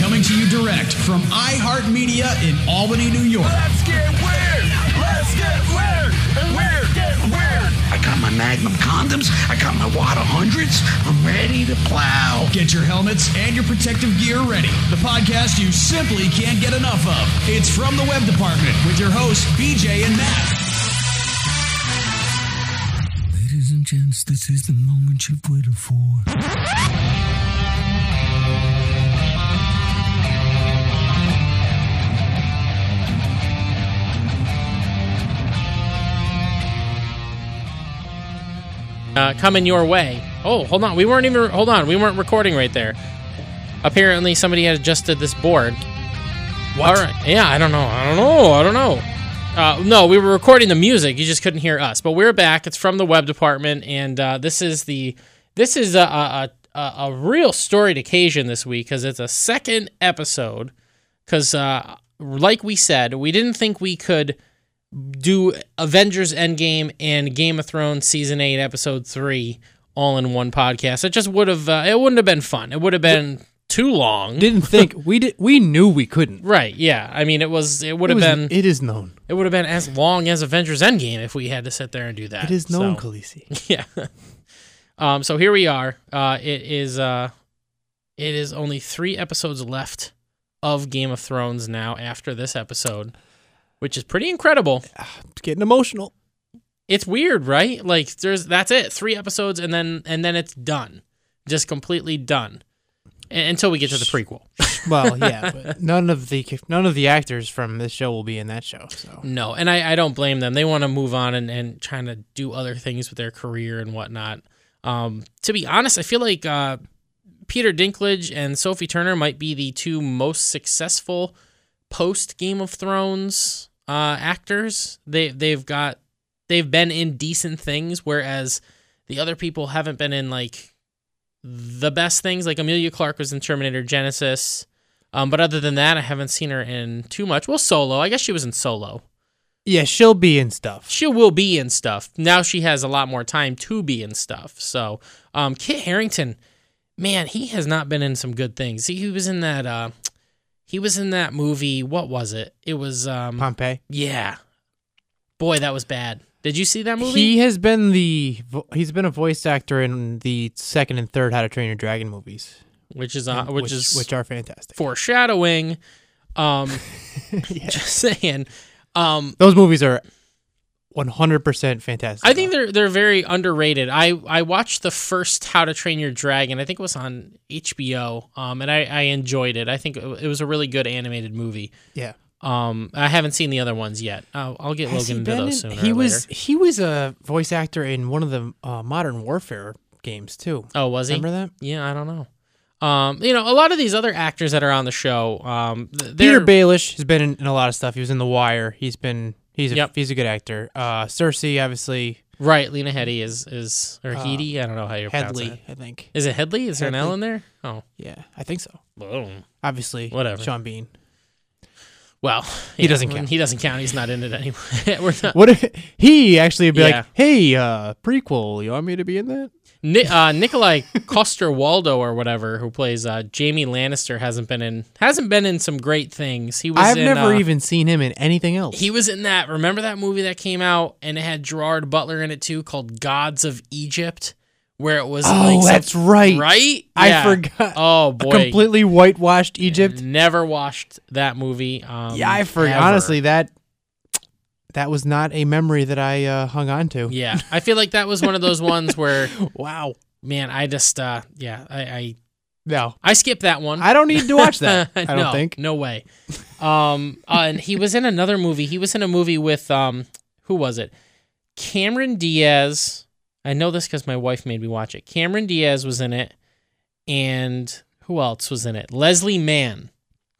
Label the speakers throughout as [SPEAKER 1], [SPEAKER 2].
[SPEAKER 1] Coming to you direct from iHeartMedia in Albany, New York.
[SPEAKER 2] Let's get weird. Let's get weird. Weird. Get weird. I got my Magnum condoms. I got my Wada hundreds. I'm ready to plow.
[SPEAKER 1] Get your helmets and your protective gear ready. The podcast you simply can't get enough of. It's from the web department with your hosts BJ and Matt.
[SPEAKER 3] Ladies and gents, this is the moment you've waited for.
[SPEAKER 4] uh, coming your way. Oh, hold on. We weren't even. Hold on. We weren't recording right there. Apparently, somebody had adjusted this board. All right. Yeah, I don't know. I don't know. I don't know. Uh, no, we were recording the music. You just couldn't hear us. But we're back. It's from the web department, and uh, this is the this is a a, a, a real storied occasion this week because it's a second episode. Because uh, like we said, we didn't think we could do Avengers Endgame and Game of Thrones season 8 episode 3 all in one podcast. It just would have uh, it wouldn't have been fun. It would have been too long.
[SPEAKER 5] Didn't think we did. We knew we couldn't.
[SPEAKER 4] Right. Yeah. I mean it was it would
[SPEAKER 5] It
[SPEAKER 4] have
[SPEAKER 5] was-
[SPEAKER 4] been
[SPEAKER 5] It is known.
[SPEAKER 4] it would have been as long as Avengers Endgame if we had to sit there and do that.
[SPEAKER 5] It is known,
[SPEAKER 4] Uh, So,
[SPEAKER 5] Khaleesi.
[SPEAKER 4] yeah. um so here we are. Uh it is uh it is only 3 episodes left of Game of Thrones now after this episode, which is pretty incredible.
[SPEAKER 5] It's getting emotional.
[SPEAKER 4] it's weird, right? Like there's that's it, three episodes, and then and then it's done, just completely done, A- until we get to the prequel.
[SPEAKER 3] Well, yeah, but none of the none of the actors from this show will be in that show. So
[SPEAKER 4] No, and I, I don't blame them. They want to move on and and trying to do other things with their career and whatnot. Um, to be honest, I feel like uh, Peter Dinklage and Sophie Turner might be the two most successful post Game of Thrones uh, actors. They they've got they've been in decent things, whereas the other people haven't been in like the best things. Like Amelia Clark was in Terminator Genesis. Um, but other than that, I haven't seen her in too much. Well, Solo. I guess she was in Solo.
[SPEAKER 3] yeah, she'll be in stuff.
[SPEAKER 4] She will be in stuff. Now she has a lot more time to be in stuff. So, um, Kit Harrington, man, he has not been in some good things. He, he was in that. Uh, he was in that movie. What was it? It was. Um,
[SPEAKER 3] Pompeii.
[SPEAKER 4] yeah. Boy, that was bad. Did you see that movie?
[SPEAKER 3] He has been the vo- he's been a voice actor in the second and third How to Train Your Dragon movies,
[SPEAKER 4] which is uh,
[SPEAKER 3] and-
[SPEAKER 4] which, is
[SPEAKER 3] which are fantastic.
[SPEAKER 4] foreshadowing. Um, just saying. Um,
[SPEAKER 3] Those movies are one hundred percent fantastic.
[SPEAKER 4] I think they're they're very underrated. I I watched the first How to Train Your Dragon. I think it was on HBO. Um, and I I enjoyed it. I think it it was a really good animated movie.
[SPEAKER 3] yeah.
[SPEAKER 4] Um, I haven't seen the other ones yet. I'll, I'll get
[SPEAKER 3] Has he
[SPEAKER 4] Logan into
[SPEAKER 3] been
[SPEAKER 4] those
[SPEAKER 3] in-
[SPEAKER 4] sooner.
[SPEAKER 3] he
[SPEAKER 4] or
[SPEAKER 3] was
[SPEAKER 4] later.
[SPEAKER 3] he was a voice actor in one of the uh, Modern Warfare games too.
[SPEAKER 4] Oh, was he?
[SPEAKER 3] Remember that?
[SPEAKER 4] Yeah, I don't know. Um, you know, a lot of these other actors that are on the show. Um, th-
[SPEAKER 3] Peter
[SPEAKER 4] they're-
[SPEAKER 3] Baelish has been in, in a lot of stuff. He was in The Wire. He's been he's a,
[SPEAKER 4] Yep.
[SPEAKER 3] he's a good actor. Uh, Cersei, obviously
[SPEAKER 4] right? Lena Headey is is or Headey. I don't know how you pronounce
[SPEAKER 3] Uh, Headley,
[SPEAKER 4] it.
[SPEAKER 3] I think.
[SPEAKER 4] Is it Headley? Is there an L in there? Oh,
[SPEAKER 3] Yeah, I think so.
[SPEAKER 4] boom.
[SPEAKER 3] Obviously,
[SPEAKER 4] Whatever.
[SPEAKER 3] Sean Bean.
[SPEAKER 4] Well,
[SPEAKER 3] He
[SPEAKER 4] yeah,
[SPEAKER 3] doesn't count.
[SPEAKER 4] He doesn't count. He's not in it anyway. We're not,
[SPEAKER 3] What if he actually would be
[SPEAKER 4] Yeah.
[SPEAKER 3] like, "Hey, uh, prequel, you want me to be in that?"
[SPEAKER 4] Ni- uh, Nikolai Coster Waldo or whatever, who plays uh, Jamie Lannister, hasn't been in hasn't been in some great things. He was.
[SPEAKER 3] I've
[SPEAKER 4] in,
[SPEAKER 3] never
[SPEAKER 4] uh,
[SPEAKER 3] even seen him in anything else.
[SPEAKER 4] He was in that. Remember that movie that came out and it had Gerard Butler in it too, called Gods of Egypt, where it was.
[SPEAKER 3] oh,
[SPEAKER 4] like some-
[SPEAKER 3] that's right.
[SPEAKER 4] Right.
[SPEAKER 3] I
[SPEAKER 4] Yeah.
[SPEAKER 3] forgot.
[SPEAKER 4] Oh
[SPEAKER 3] A
[SPEAKER 4] boy.
[SPEAKER 3] completely whitewashed Egypt.
[SPEAKER 4] Never watched that movie. Um,
[SPEAKER 3] yeah, I forgot.
[SPEAKER 4] ever.
[SPEAKER 3] Honestly, that that was not a memory that I uh, hung on to.
[SPEAKER 4] Yeah, I feel like that was one of those ones where,
[SPEAKER 3] Wow.
[SPEAKER 4] man, I just, uh, yeah, I, I,
[SPEAKER 3] No,
[SPEAKER 4] I skipped that one.
[SPEAKER 3] I don't need to watch that. I don't
[SPEAKER 4] no,
[SPEAKER 3] think.
[SPEAKER 4] No way. Um, uh, and he was in another movie. He was in a movie with um, who was it? Cameron Diaz. I know this because my wife made me watch it. Cameron Diaz was in it, and who else was in it? Leslie Mann,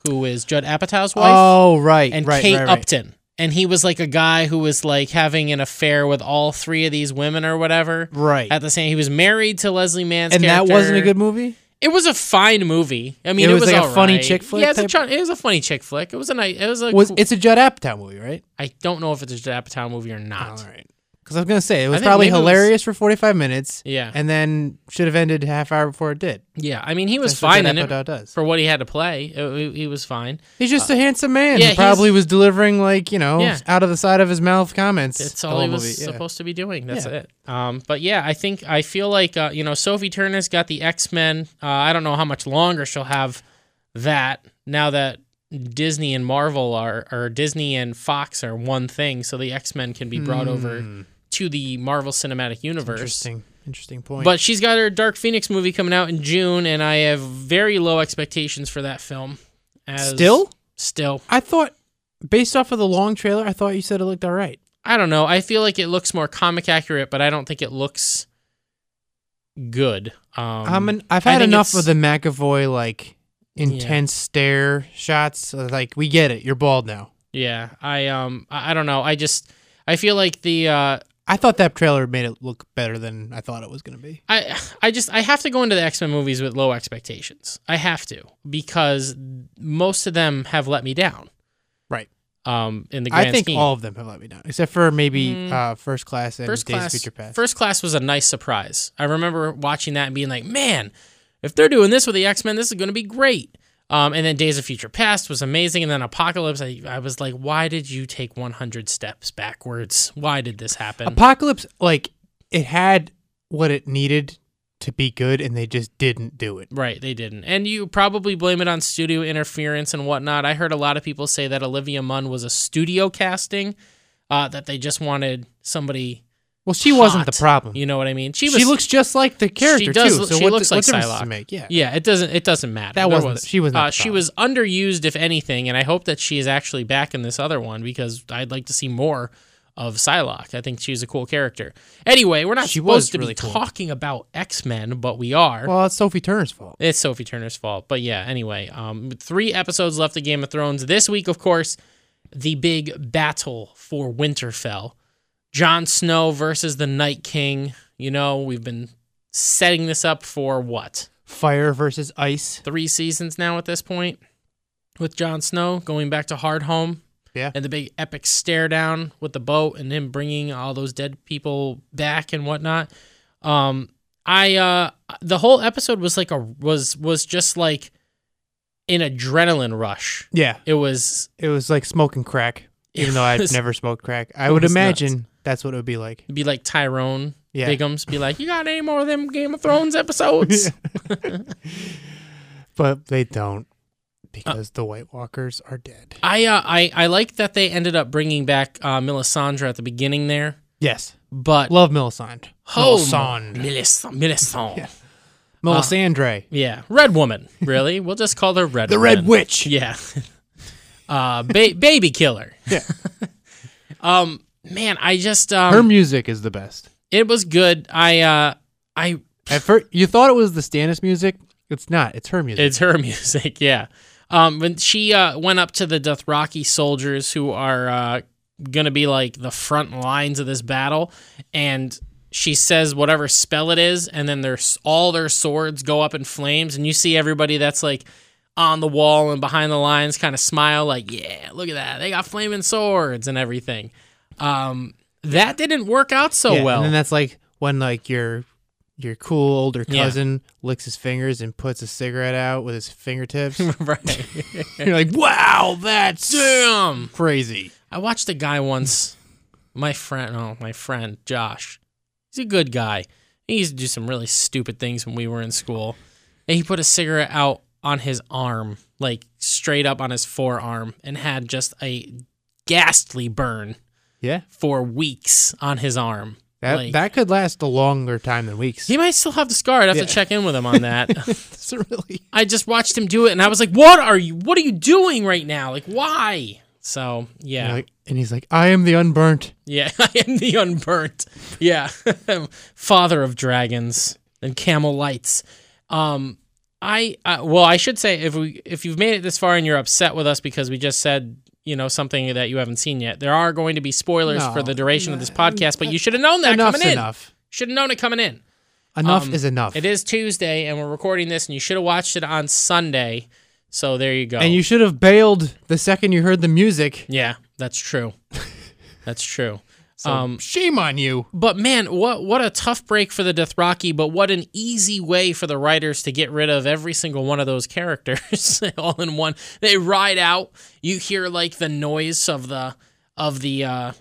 [SPEAKER 4] who is Judd Apatow's wife,
[SPEAKER 3] Oh, right.
[SPEAKER 4] and
[SPEAKER 3] right,
[SPEAKER 4] Kate
[SPEAKER 3] right, right.
[SPEAKER 4] Upton. And he was like a guy who was like having an affair with all three of these women or whatever.
[SPEAKER 3] Right.
[SPEAKER 4] At the same, he was married to Leslie Mann's
[SPEAKER 3] And that
[SPEAKER 4] character.
[SPEAKER 3] wasn't a good movie?
[SPEAKER 4] It was a fine movie. I mean,
[SPEAKER 3] It
[SPEAKER 4] it,
[SPEAKER 3] was
[SPEAKER 4] was,
[SPEAKER 3] like a
[SPEAKER 4] all
[SPEAKER 3] funny
[SPEAKER 4] right.
[SPEAKER 3] chick flick
[SPEAKER 4] Yeah, it's a
[SPEAKER 3] type-
[SPEAKER 4] chun- it was a funny chick flick. It was a nice. It was a.
[SPEAKER 3] Was
[SPEAKER 4] cool-
[SPEAKER 3] It's a Judd Apatow movie, right?
[SPEAKER 4] I don't know if it's a Judd Apatow movie or not.
[SPEAKER 3] All right. Because I was going to say, it was
[SPEAKER 4] think
[SPEAKER 3] probably
[SPEAKER 4] maybe it was-
[SPEAKER 3] hilarious for 45 minutes.
[SPEAKER 4] Yeah.
[SPEAKER 3] And then should have ended half hour before it did.
[SPEAKER 4] Yeah, I mean, he was
[SPEAKER 3] That's what
[SPEAKER 4] fine
[SPEAKER 3] Judd
[SPEAKER 4] in it
[SPEAKER 3] Apatow does.
[SPEAKER 4] for what he had to play. It- he was fine.
[SPEAKER 3] He's just a handsome man.
[SPEAKER 4] yeah,
[SPEAKER 3] who
[SPEAKER 4] he's-
[SPEAKER 3] probably was delivering, like, you know,
[SPEAKER 4] Yeah.
[SPEAKER 3] out of the side of his mouth comments.
[SPEAKER 4] That's
[SPEAKER 3] the
[SPEAKER 4] all he
[SPEAKER 3] whole
[SPEAKER 4] was
[SPEAKER 3] movie, yeah.
[SPEAKER 4] supposed to be doing. That's
[SPEAKER 3] Yeah.
[SPEAKER 4] it. Um, but yeah, I think I feel like uh, you know Sophie Turner's got the X Men. Uh, I don't know how much longer she'll have that now that Disney and Marvel are or Disney and Fox are one thing, so the X Men can be brought over to the Marvel Cinematic Universe.
[SPEAKER 3] Hmm. Interesting. Interesting point.
[SPEAKER 4] But she's got her Dark Phoenix movie coming out in June, and I have very low expectations for that film. As
[SPEAKER 3] Still?
[SPEAKER 4] still,
[SPEAKER 3] I thought, based off of the long trailer, I thought you said it looked all right.
[SPEAKER 4] I don't know. I feel like it looks more comic accurate, but I don't think it looks good. Um,
[SPEAKER 3] I'm an, I've
[SPEAKER 4] I
[SPEAKER 3] had
[SPEAKER 4] think
[SPEAKER 3] enough of
[SPEAKER 4] it's-
[SPEAKER 3] the McAvoy like intense stare shots. So, Like we get it, you're bald now.
[SPEAKER 4] Yeah, I um, I I don't know. I just I feel like the uh,
[SPEAKER 3] I thought that trailer made it look better than I thought it was gonna be.
[SPEAKER 4] I I just I have to go into the X Men movies with low expectations. I have to because most of them have let me down.
[SPEAKER 3] Right.
[SPEAKER 4] Um, in the grand
[SPEAKER 3] I think
[SPEAKER 4] scheme.
[SPEAKER 3] all of them have let me down, except for maybe uh, first class and
[SPEAKER 4] first
[SPEAKER 3] Days of
[SPEAKER 4] class
[SPEAKER 3] Future Past.
[SPEAKER 4] first class was a nice surprise i remember watching that and being like man if they're doing this with the x-men this is going to be great um, and then days of future past was amazing and then apocalypse I, I was like why did you take 100 steps backwards why did this happen
[SPEAKER 3] Apocalypse, like it had what it needed to be good, and they just didn't do it.
[SPEAKER 4] Right, they didn't. And you probably blame it on studio interference and whatnot. I heard a lot of people say that Olivia Munn was a studio casting, uh, that they just wanted somebody.
[SPEAKER 3] Well, she wasn't the
[SPEAKER 4] hot.
[SPEAKER 3] problem.
[SPEAKER 4] You know what I mean?
[SPEAKER 3] she,
[SPEAKER 4] was-
[SPEAKER 3] looks just like the character
[SPEAKER 4] she does
[SPEAKER 3] too.
[SPEAKER 4] look-
[SPEAKER 3] so
[SPEAKER 4] she
[SPEAKER 3] what
[SPEAKER 4] looks
[SPEAKER 3] di-
[SPEAKER 4] like
[SPEAKER 3] what difference does
[SPEAKER 4] Psylocke.
[SPEAKER 3] it make? Yeah,
[SPEAKER 4] yeah, it doesn't it doesn't matter.
[SPEAKER 3] That
[SPEAKER 4] There
[SPEAKER 3] wasn't
[SPEAKER 4] was-
[SPEAKER 3] the- she was not
[SPEAKER 4] uh,
[SPEAKER 3] the
[SPEAKER 4] she
[SPEAKER 3] problem.
[SPEAKER 4] was underused if anything, and I hope that she is actually back in this other one because I'd like to see more of Psylocke. I think she's a cool character. Anyway, we're not
[SPEAKER 3] She was
[SPEAKER 4] supposed to
[SPEAKER 3] really
[SPEAKER 4] be
[SPEAKER 3] cool.
[SPEAKER 4] talking about X Men, but we are.
[SPEAKER 3] Well, it's Sophie Turner's fault.
[SPEAKER 4] It's Sophie Turner's fault. But yeah, anyway, um, three episodes left of Game of Thrones. This week, of course, the big battle for Winterfell. Jon Snow versus the Night King. You know, we've been setting this up for what?
[SPEAKER 3] Fire versus ice.
[SPEAKER 4] Three seasons now at this point with Jon Snow going back to Hardhome
[SPEAKER 3] Yeah.
[SPEAKER 4] and the big epic stare down with the boat and him bringing all those dead people back and whatnot. Um, I uh, the whole episode was like a was was just like an adrenaline rush.
[SPEAKER 3] yeah.
[SPEAKER 4] It was
[SPEAKER 3] It was like smoking crack, even
[SPEAKER 4] It
[SPEAKER 3] though I've
[SPEAKER 4] was-
[SPEAKER 3] never smoked crack. I
[SPEAKER 4] it
[SPEAKER 3] would
[SPEAKER 4] was nuts.
[SPEAKER 3] imagine that's what it would be like.
[SPEAKER 4] it'd be like Tyrone
[SPEAKER 3] Yeah.
[SPEAKER 4] Biggums be like, "You got any more of them Game of Thrones episodes?"
[SPEAKER 3] But they don't because the White Walkers are dead.
[SPEAKER 4] I uh, I I like that they ended up bringing back uh, Melisandre at the beginning there,
[SPEAKER 3] Yes.
[SPEAKER 4] but
[SPEAKER 3] Love Melisande.
[SPEAKER 4] Oh,
[SPEAKER 3] Melisande.
[SPEAKER 4] Melis- Melisandre, yeah.
[SPEAKER 3] Melisandre.
[SPEAKER 4] Red Woman, really? we'll just call her Red.
[SPEAKER 3] the Red
[SPEAKER 4] Woman.
[SPEAKER 3] Witch.
[SPEAKER 4] Yeah. Uh, ba- baby killer. Yeah. um, man, I just um,
[SPEAKER 3] Her music is the best.
[SPEAKER 4] it was good. I uh, I
[SPEAKER 3] At first, you thought it was the Stannis music. It's not. It's her music.
[SPEAKER 4] it's her music. Yeah. Um, when she uh went up to the Dothraki soldiers who are uh gonna be like the front lines of this battle, and she says whatever spell it is, and then there's all their swords go up in flames, and you see everybody that's like on the wall and behind the lines kind of smile like, yeah, look at that, they got flaming swords and everything. Um, that didn't work out so
[SPEAKER 3] Yeah,
[SPEAKER 4] well.
[SPEAKER 3] And then that's like when like your your cool older
[SPEAKER 4] Yeah.
[SPEAKER 3] cousin licks his fingers and puts a cigarette out with his fingertips.
[SPEAKER 4] right.
[SPEAKER 3] You're like, wow, that's
[SPEAKER 4] Damn.
[SPEAKER 3] crazy.
[SPEAKER 4] I watched a guy once, my friend, oh, my friend Josh. He's a good guy. He used to do some really stupid things when we were in school. And he put a cigarette out on his arm, like straight up on his forearm, and had just a ghastly burn
[SPEAKER 3] Yeah,
[SPEAKER 4] for weeks on his arm.
[SPEAKER 3] that
[SPEAKER 4] Like,
[SPEAKER 3] that could last a longer time than weeks.
[SPEAKER 4] he might still have the scar. I'd have
[SPEAKER 3] Yeah.
[SPEAKER 4] to check in with him on that.
[SPEAKER 3] That's really
[SPEAKER 4] I just watched him do it, and I was like, "What are you? What are you doing right now? Like, why?" So yeah,
[SPEAKER 3] Like, and he's like, I am the unburnt.
[SPEAKER 4] Yeah, I am the unburnt. Yeah, father of dragons and camel lights. Um, I uh, well, I should say if we if you've made it this far and you're upset with us because we just said you know something that you haven't seen yet, there are going to be spoilers for
[SPEAKER 3] No.
[SPEAKER 4] the duration of this podcast. But you should have known that
[SPEAKER 3] Enough's
[SPEAKER 4] coming in.
[SPEAKER 3] enough.
[SPEAKER 4] Should have known it coming in.
[SPEAKER 3] Enough
[SPEAKER 4] Um,
[SPEAKER 3] is enough.
[SPEAKER 4] It is Tuesday, and we're recording this, and you should have watched it on Sunday. So there you go.
[SPEAKER 3] And you should have bailed the second you heard the music.
[SPEAKER 4] yeah, that's true. that's true.
[SPEAKER 3] Um, shame on you.
[SPEAKER 4] But man, what what a tough break for the Dothraki, but what an easy way for the writers to get rid of every single one of those characters all in one. They ride out. You hear like the noise of the of the uh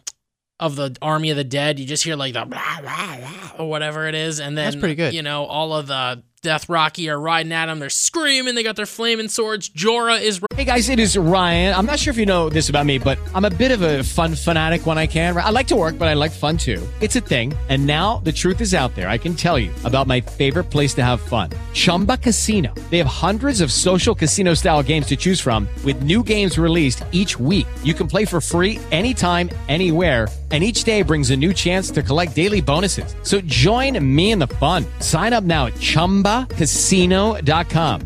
[SPEAKER 4] of the army of the dead. You just hear like the blah, blah, blah, or whatever it is, and then
[SPEAKER 3] That's pretty good.
[SPEAKER 4] You know, all of the Dothraki are riding at them. They're screaming. They got their flaming swords. Jorah is
[SPEAKER 6] Hey guys, it is Ryan. I'm not sure if you know this about me, but I'm a bit of a fun fanatic when I can. I like to work, but I like fun too. It's a thing. And now the truth is out there. I can tell you about my favorite place to have fun Chumba Casino. They have hundreds of social casino style games to choose from, with new games released each week. You can play for free anytime, anywhere. And each day brings a new chance to collect daily bonuses. So join me in the fun. Sign up now at chumbacasino.com.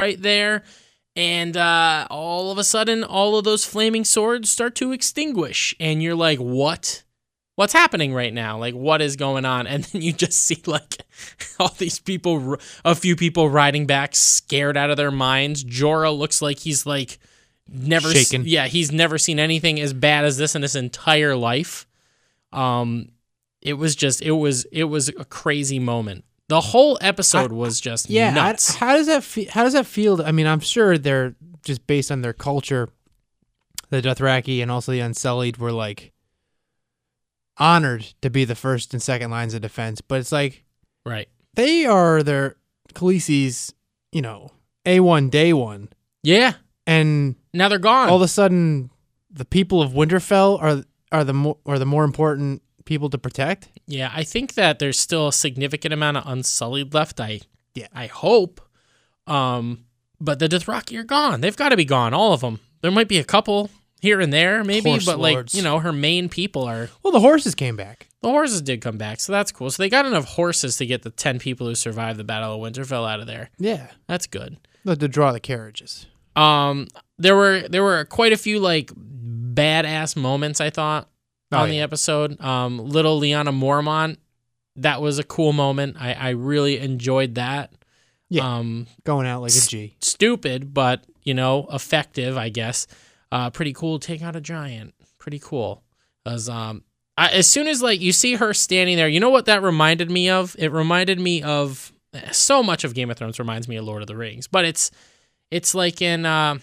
[SPEAKER 4] right there. And uh, all of a sudden, all of those flaming swords start to extinguish. And you're like, what? What's happening right now? Like, what is going on? And then you just see, like, all these people, r- a few people riding back, scared out of their minds. Jorah looks like he's, like, never. s-
[SPEAKER 3] Shaken.
[SPEAKER 4] yeah, he's never seen anything as bad as this in his entire life. Um, it was just, it was, it was a crazy moment. The whole episode was just
[SPEAKER 3] Yeah. I-
[SPEAKER 4] nuts.
[SPEAKER 3] how does that feel? How does that feel? I mean, I'm sure they're just based on their culture. The Dothraki and also the Unsullied were like honored to be the first and second lines of defense, but it's like
[SPEAKER 4] right.
[SPEAKER 3] they are their Khaleesi's, you know, a one day one,
[SPEAKER 4] Yeah.
[SPEAKER 3] and
[SPEAKER 4] Now they're gone.
[SPEAKER 3] all of a sudden the people of Winterfell are are the more are the more important people to protect.
[SPEAKER 4] yeah, I think that there's still a significant amount of unsullied left. I
[SPEAKER 3] Yeah.
[SPEAKER 4] I hope. Um, but the Dothraki are gone. They've got to be gone, all of them. There might be a couple here and there, maybe,
[SPEAKER 3] Horse
[SPEAKER 4] but
[SPEAKER 3] lords.
[SPEAKER 4] like you know, her main people are
[SPEAKER 3] Well, the horses came back.
[SPEAKER 4] the horses did come back, so that's cool. So they got enough horses to get the ten people who survived the Battle of Winterfell out of there.
[SPEAKER 3] Yeah,
[SPEAKER 4] That's good.
[SPEAKER 3] to, to draw the carriages.
[SPEAKER 4] Um, there were there were quite a few like badass moments I thought
[SPEAKER 3] Oh,
[SPEAKER 4] on the
[SPEAKER 3] yeah.
[SPEAKER 4] episode. Um, little Liana Mormont, that was a cool moment. I I really enjoyed that.
[SPEAKER 3] Yeah.
[SPEAKER 4] Um,
[SPEAKER 3] Going out like a G.
[SPEAKER 4] stupid, but you know, effective, I guess. Uh, pretty cool. Take out a giant. Pretty cool. As um, I, as soon as like you see her standing there, you know what that reminded me of? It reminded me of eh, so much of Game of Thrones reminds me of Lord of the Rings, but it's it's like in uh,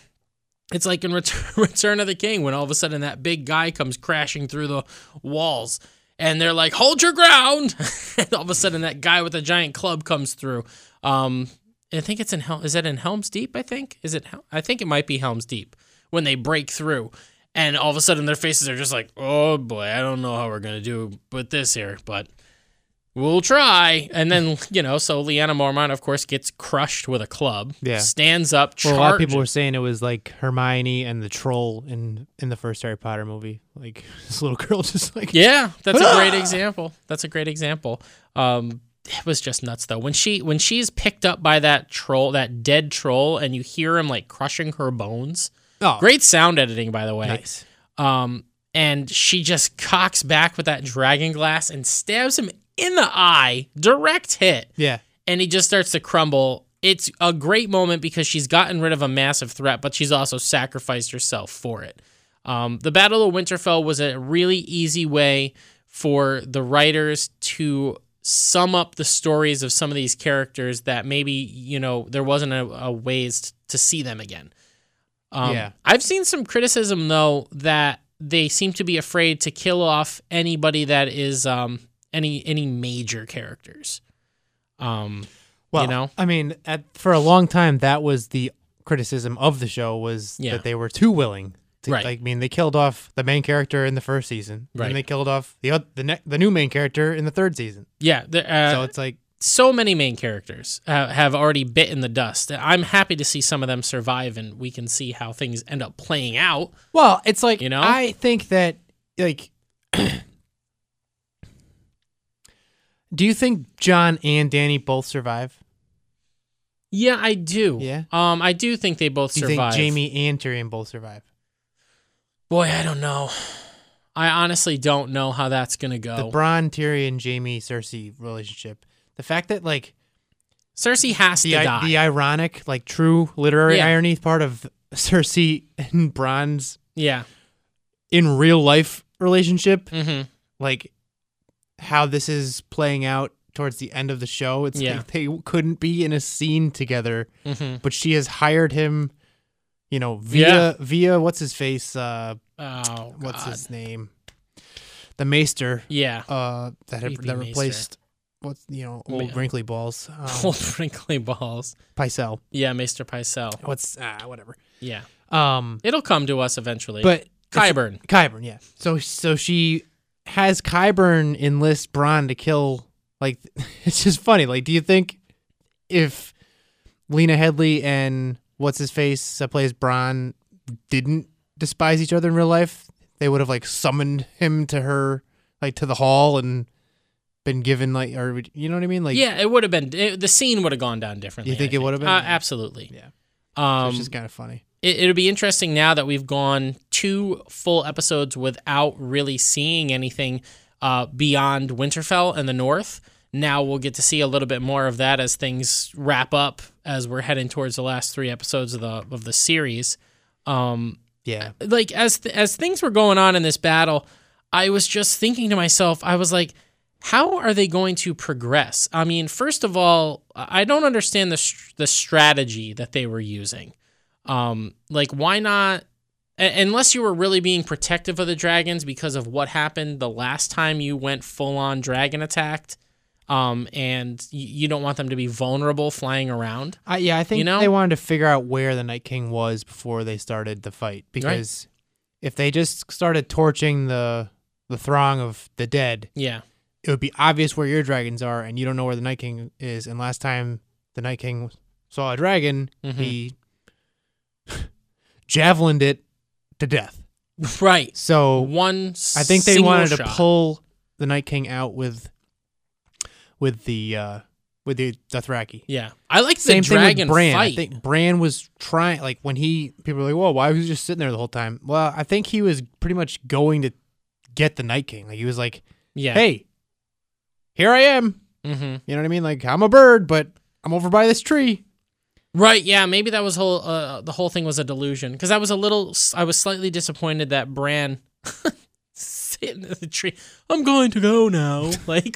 [SPEAKER 4] it's like in Return, Return of the King when all of a sudden that big guy comes crashing through the walls. And they're like, "Hold your ground!" and all of a sudden, that guy with the giant club comes through. Um, I think it's in Hel- is that in Helm's Deep? I think is it? Hel- I think it might be Helm's Deep when they break through, and all of a sudden their faces are just like, oh boy, I don't know how we're gonna do with this here, but we'll try. And then you know, so Leanna Mormont, of course, gets crushed with a club.
[SPEAKER 3] Yeah.
[SPEAKER 4] stands up.
[SPEAKER 3] Well,
[SPEAKER 4] Charges.
[SPEAKER 3] a lot of people were saying it was like Hermione and the troll in in the first Harry Potter movie. Like this little girl just like
[SPEAKER 4] Yeah, that's a great example. That's a great example. Um, it was just nuts though. When she when she's picked up by that troll, that dead troll, and you hear him like crushing her bones.
[SPEAKER 3] oh,
[SPEAKER 4] Great sound editing, by the way.
[SPEAKER 3] nice.
[SPEAKER 4] Um, and she just cocks back with that dragon glass and stabs him in the eye, direct hit,
[SPEAKER 3] Yeah,
[SPEAKER 4] and he just starts to crumble. It's a great moment because she's gotten rid of a massive threat, but she's also sacrificed herself for it. Um, the Battle of Winterfell was a really easy way for the writers to sum up the stories of some of these characters that maybe you know there wasn't a, a ways to see them again. Um,
[SPEAKER 3] Yeah.
[SPEAKER 4] I've seen some criticism though that they seem to be afraid to kill off anybody that is um, any any major characters. Um,
[SPEAKER 3] well,
[SPEAKER 4] you know,
[SPEAKER 3] I mean, at, for a long time that was the criticism of the show was
[SPEAKER 4] Yeah.
[SPEAKER 3] that they were too willing. To,
[SPEAKER 4] Right.
[SPEAKER 3] Like, I mean, they killed off the main character in the first season,
[SPEAKER 4] Right.
[SPEAKER 3] and they killed off the oth- the ne- the new main character in the third season.
[SPEAKER 4] yeah. The, uh,
[SPEAKER 3] so it's like
[SPEAKER 4] so many main characters uh, have already bitten the dust. I'm happy to see some of them survive, and we can see how things end up playing out.
[SPEAKER 3] Well, it's like
[SPEAKER 4] You know?
[SPEAKER 3] I think that like Do you think John and Danny both survive?
[SPEAKER 4] Yeah, I do.
[SPEAKER 3] Yeah?
[SPEAKER 4] Um, I do think they both
[SPEAKER 3] Do you
[SPEAKER 4] survive.
[SPEAKER 3] think Jamie and Tyrion both survive?
[SPEAKER 4] Boy, I don't know. I honestly don't know how that's gonna go.
[SPEAKER 3] The Bronn, Tyrion, Jamie, Cersei relationship. The fact that like
[SPEAKER 4] Cersei has
[SPEAKER 3] the
[SPEAKER 4] to
[SPEAKER 3] i-
[SPEAKER 4] die.
[SPEAKER 3] the ironic, like true literary
[SPEAKER 4] Yeah.
[SPEAKER 3] irony part of Cersei and Bronn's
[SPEAKER 4] yeah.
[SPEAKER 3] in real life relationship,
[SPEAKER 4] hmm
[SPEAKER 3] like how this is playing out towards the end of the show. It's
[SPEAKER 4] Yeah.
[SPEAKER 3] like they couldn't be in a scene together,
[SPEAKER 4] Mhm.
[SPEAKER 3] but she has hired him, you know, via
[SPEAKER 4] Yeah.
[SPEAKER 3] via what's his face, uh,
[SPEAKER 4] Oh,
[SPEAKER 3] what's
[SPEAKER 4] God.
[SPEAKER 3] his name, the Maester,
[SPEAKER 4] Yeah.
[SPEAKER 3] uh, that had,
[SPEAKER 4] Creepy
[SPEAKER 3] that
[SPEAKER 4] Maester.
[SPEAKER 3] replaced what's you know old
[SPEAKER 4] Yeah.
[SPEAKER 3] wrinkly balls, um,
[SPEAKER 4] Old wrinkly balls.
[SPEAKER 3] Pycelle.
[SPEAKER 4] Yeah, Maester Pycelle.
[SPEAKER 3] What's ah whatever.
[SPEAKER 4] Yeah.
[SPEAKER 3] Um,
[SPEAKER 4] It'll come to us eventually.
[SPEAKER 3] but
[SPEAKER 4] Kyburn.
[SPEAKER 3] Kyburn, yeah. So so she has Kyburn enlist Bronn to kill. Like it's just funny. Like, do you think if Lena Headley and what's his face that plays Bronn didn't despise each other in real life, they would have like summoned him to her, like to the hall and been given like, or would- you know what I mean? Like,
[SPEAKER 4] yeah, it would have been it, the scene would have gone down differently.
[SPEAKER 3] You think
[SPEAKER 4] I
[SPEAKER 3] it would have been?
[SPEAKER 4] Uh, absolutely.
[SPEAKER 3] Yeah.
[SPEAKER 4] Um,
[SPEAKER 3] it's just kind of funny.
[SPEAKER 4] it, it'll be interesting now that we've gone two full episodes without really seeing anything uh, beyond Winterfell and the North. Now we'll get to see a little bit more of that as things wrap up as we're heading towards the last three episodes of the of the series. Um,
[SPEAKER 3] Yeah,
[SPEAKER 4] like as th- as things were going on in this battle, I was just thinking to myself, I was like, how are they going to progress? I mean, first of all, I I don't understand the str the strategy that they were using. Um, like, why not? a- Unless you were really being protective of the dragons because of what happened the last time you went full on dragon attacked, um, and y- you don't want them to be vulnerable flying around.
[SPEAKER 3] I, yeah, I think
[SPEAKER 4] know?
[SPEAKER 3] they wanted to figure out where the Night King was before they started the fight because if they just started torching the the throng of the dead,
[SPEAKER 4] Yeah,
[SPEAKER 3] it would be obvious where your dragons are, and you don't know where the Night King is. And last time the Night King saw a dragon,
[SPEAKER 4] Mm-hmm.
[SPEAKER 3] he javelined it to death.
[SPEAKER 4] right.
[SPEAKER 3] So
[SPEAKER 4] One.
[SPEAKER 3] I think they
[SPEAKER 4] single
[SPEAKER 3] wanted to
[SPEAKER 4] shot.
[SPEAKER 3] pull the Night King out with with the uh, with the Dothraki.
[SPEAKER 4] Yeah, I like
[SPEAKER 3] Same
[SPEAKER 4] the
[SPEAKER 3] thing
[SPEAKER 4] dragon
[SPEAKER 3] with Bran.
[SPEAKER 4] fight.
[SPEAKER 3] I think Bran was trying, like when he people were like, "Whoa, why was he just sitting there the whole time?" Well, I think he was pretty much going to get the Night King. Like he was like,
[SPEAKER 4] yeah.
[SPEAKER 3] "Hey, here I am."
[SPEAKER 4] hmm
[SPEAKER 3] You know what I mean? Like I'm a bird, but I'm over by this tree.
[SPEAKER 4] Right. Yeah. Maybe that was whole. Uh, the whole thing was a delusion because I was a little. I was slightly disappointed that Bran sitting in the tree. I'm going to go now. Like,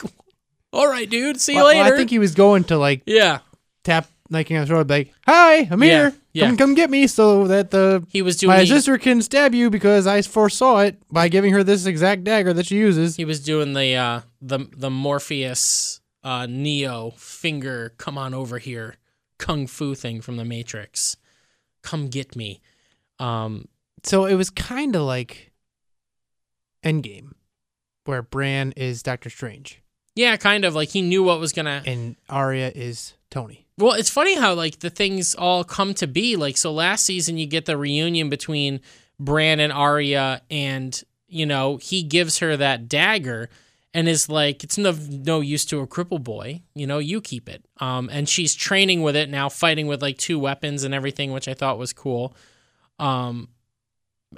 [SPEAKER 4] all right, dude. See you
[SPEAKER 3] Well, well,
[SPEAKER 4] later.
[SPEAKER 3] I think he was going to like
[SPEAKER 4] yeah.
[SPEAKER 3] tap Night King on the shoulder, be like, "Hi, I'm
[SPEAKER 4] Yeah,
[SPEAKER 3] here.
[SPEAKER 4] yeah.
[SPEAKER 3] Come, come get me," so that the
[SPEAKER 4] He was doing.
[SPEAKER 3] my
[SPEAKER 4] the-
[SPEAKER 3] sister can stab you because I foresaw it by giving her this exact dagger that she uses.
[SPEAKER 4] He was doing the uh, the the Morpheus uh, Neo finger. Come on over here, kung fu thing from the Matrix. Come get me. Um.
[SPEAKER 3] so it was kind of like Endgame, where Bran is Doctor Strange
[SPEAKER 4] Yeah. Kind of like he knew what was gonna
[SPEAKER 3] and Arya is Tony.
[SPEAKER 4] Well, it's funny how like the things all come to be. Like so, last season you get the reunion between Bran and Arya, and you know he gives her that dagger, and is like, "It's no no use to a cripple boy. You know, you keep it." Um, and she's training with it now, fighting with like two weapons and everything, which I thought was cool. Um,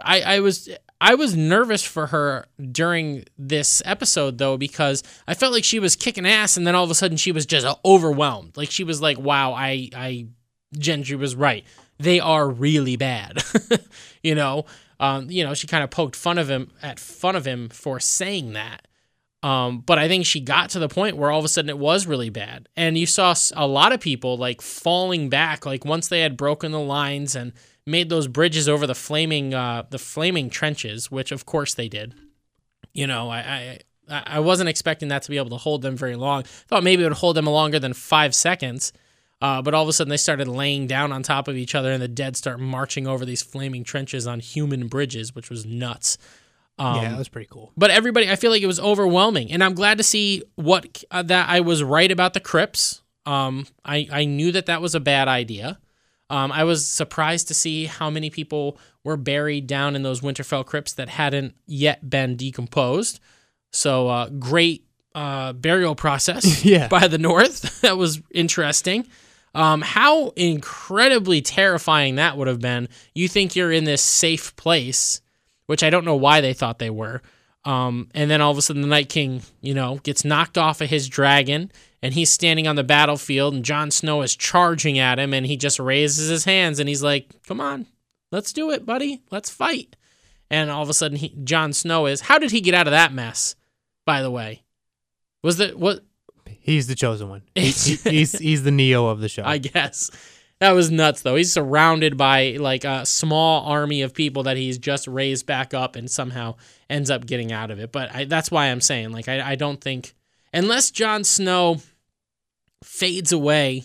[SPEAKER 4] I, I was I was nervous for her during this episode though because I felt like she was kicking ass and then all of a sudden she was just overwhelmed. Like she was like, "Wow, I I Gendry was right. They are really bad." you know, um, you know, she kind of poked fun of him at fun of him for saying that. Um, but I think she got to the point where all of a sudden it was really bad, and you saw s- a lot of people like falling back. Like once they had broken the lines and made those bridges over the flaming uh, the flaming trenches, which of course they did. You know, I. I I I wasn't expecting that to be able to hold them very long. Thought maybe it would hold them longer than five seconds, uh, but all of a sudden they started laying down on top of each other, and the dead start marching over these flaming trenches on human bridges, which was nuts. Um,
[SPEAKER 3] yeah, that was pretty cool.
[SPEAKER 4] but everybody, I feel like it was overwhelming, and I'm glad to see what uh, that I was right about the Crips. Um, I I knew that that was a bad idea. Um, I was surprised to see how many people were buried down in those Winterfell crypts that hadn't yet been decomposed. So uh, great uh, burial process
[SPEAKER 3] Yeah.
[SPEAKER 4] by the North. that was interesting. Um, how incredibly terrifying that would have been. You think you're in this safe place, which I don't know why they thought they were. Um, and then all of a sudden, the Night King, you know, gets knocked off of his dragon, and he's standing on the battlefield, and Jon Snow is charging at him, and he just raises his hands, and he's like, "Come on, let's do it, buddy. Let's fight." And all of a sudden, he, Jon Snow is. How did he get out of that mess? By the way, was that what?
[SPEAKER 3] He's the chosen one. He- he- he's he's the Neo of the show.
[SPEAKER 4] I guess that was nuts though. He's surrounded by like a small army of people that he's just raised back up and somehow ends up getting out of it. But I, that's why I'm saying like I, I don't think unless Jon Snow fades away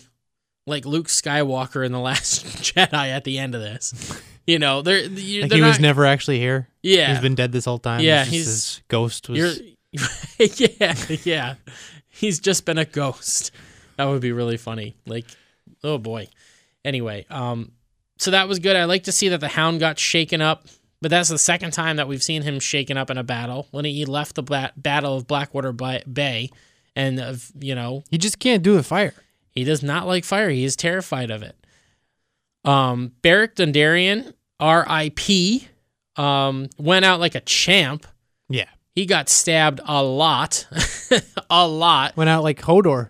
[SPEAKER 4] like Luke Skywalker in the Last Jedi at the end of this, you know, they're, you,
[SPEAKER 3] like
[SPEAKER 4] they're
[SPEAKER 3] he was
[SPEAKER 4] not-
[SPEAKER 3] never actually here.
[SPEAKER 4] Yeah.
[SPEAKER 3] he's been dead this whole time.
[SPEAKER 4] Yeah,
[SPEAKER 3] It's just
[SPEAKER 4] he's-
[SPEAKER 3] his ghost was.
[SPEAKER 4] You're, yeah, yeah. He's just been a ghost. That would be really funny. Like, oh boy. Anyway, um, so that was good. I like to see that the Hound got shaken up, but that's the second time that we've seen him shaken up in a battle. When he left the bla- Battle of Blackwater Ba- Bay, and uh, you know,
[SPEAKER 3] He just can't do the fire.
[SPEAKER 4] he does not like fire. He is terrified of it. Um, Beric Dondarrion, R.I.P., um, went out like a champ.
[SPEAKER 3] Yeah,
[SPEAKER 4] He got stabbed a lot, a lot.
[SPEAKER 3] went out like Hodor.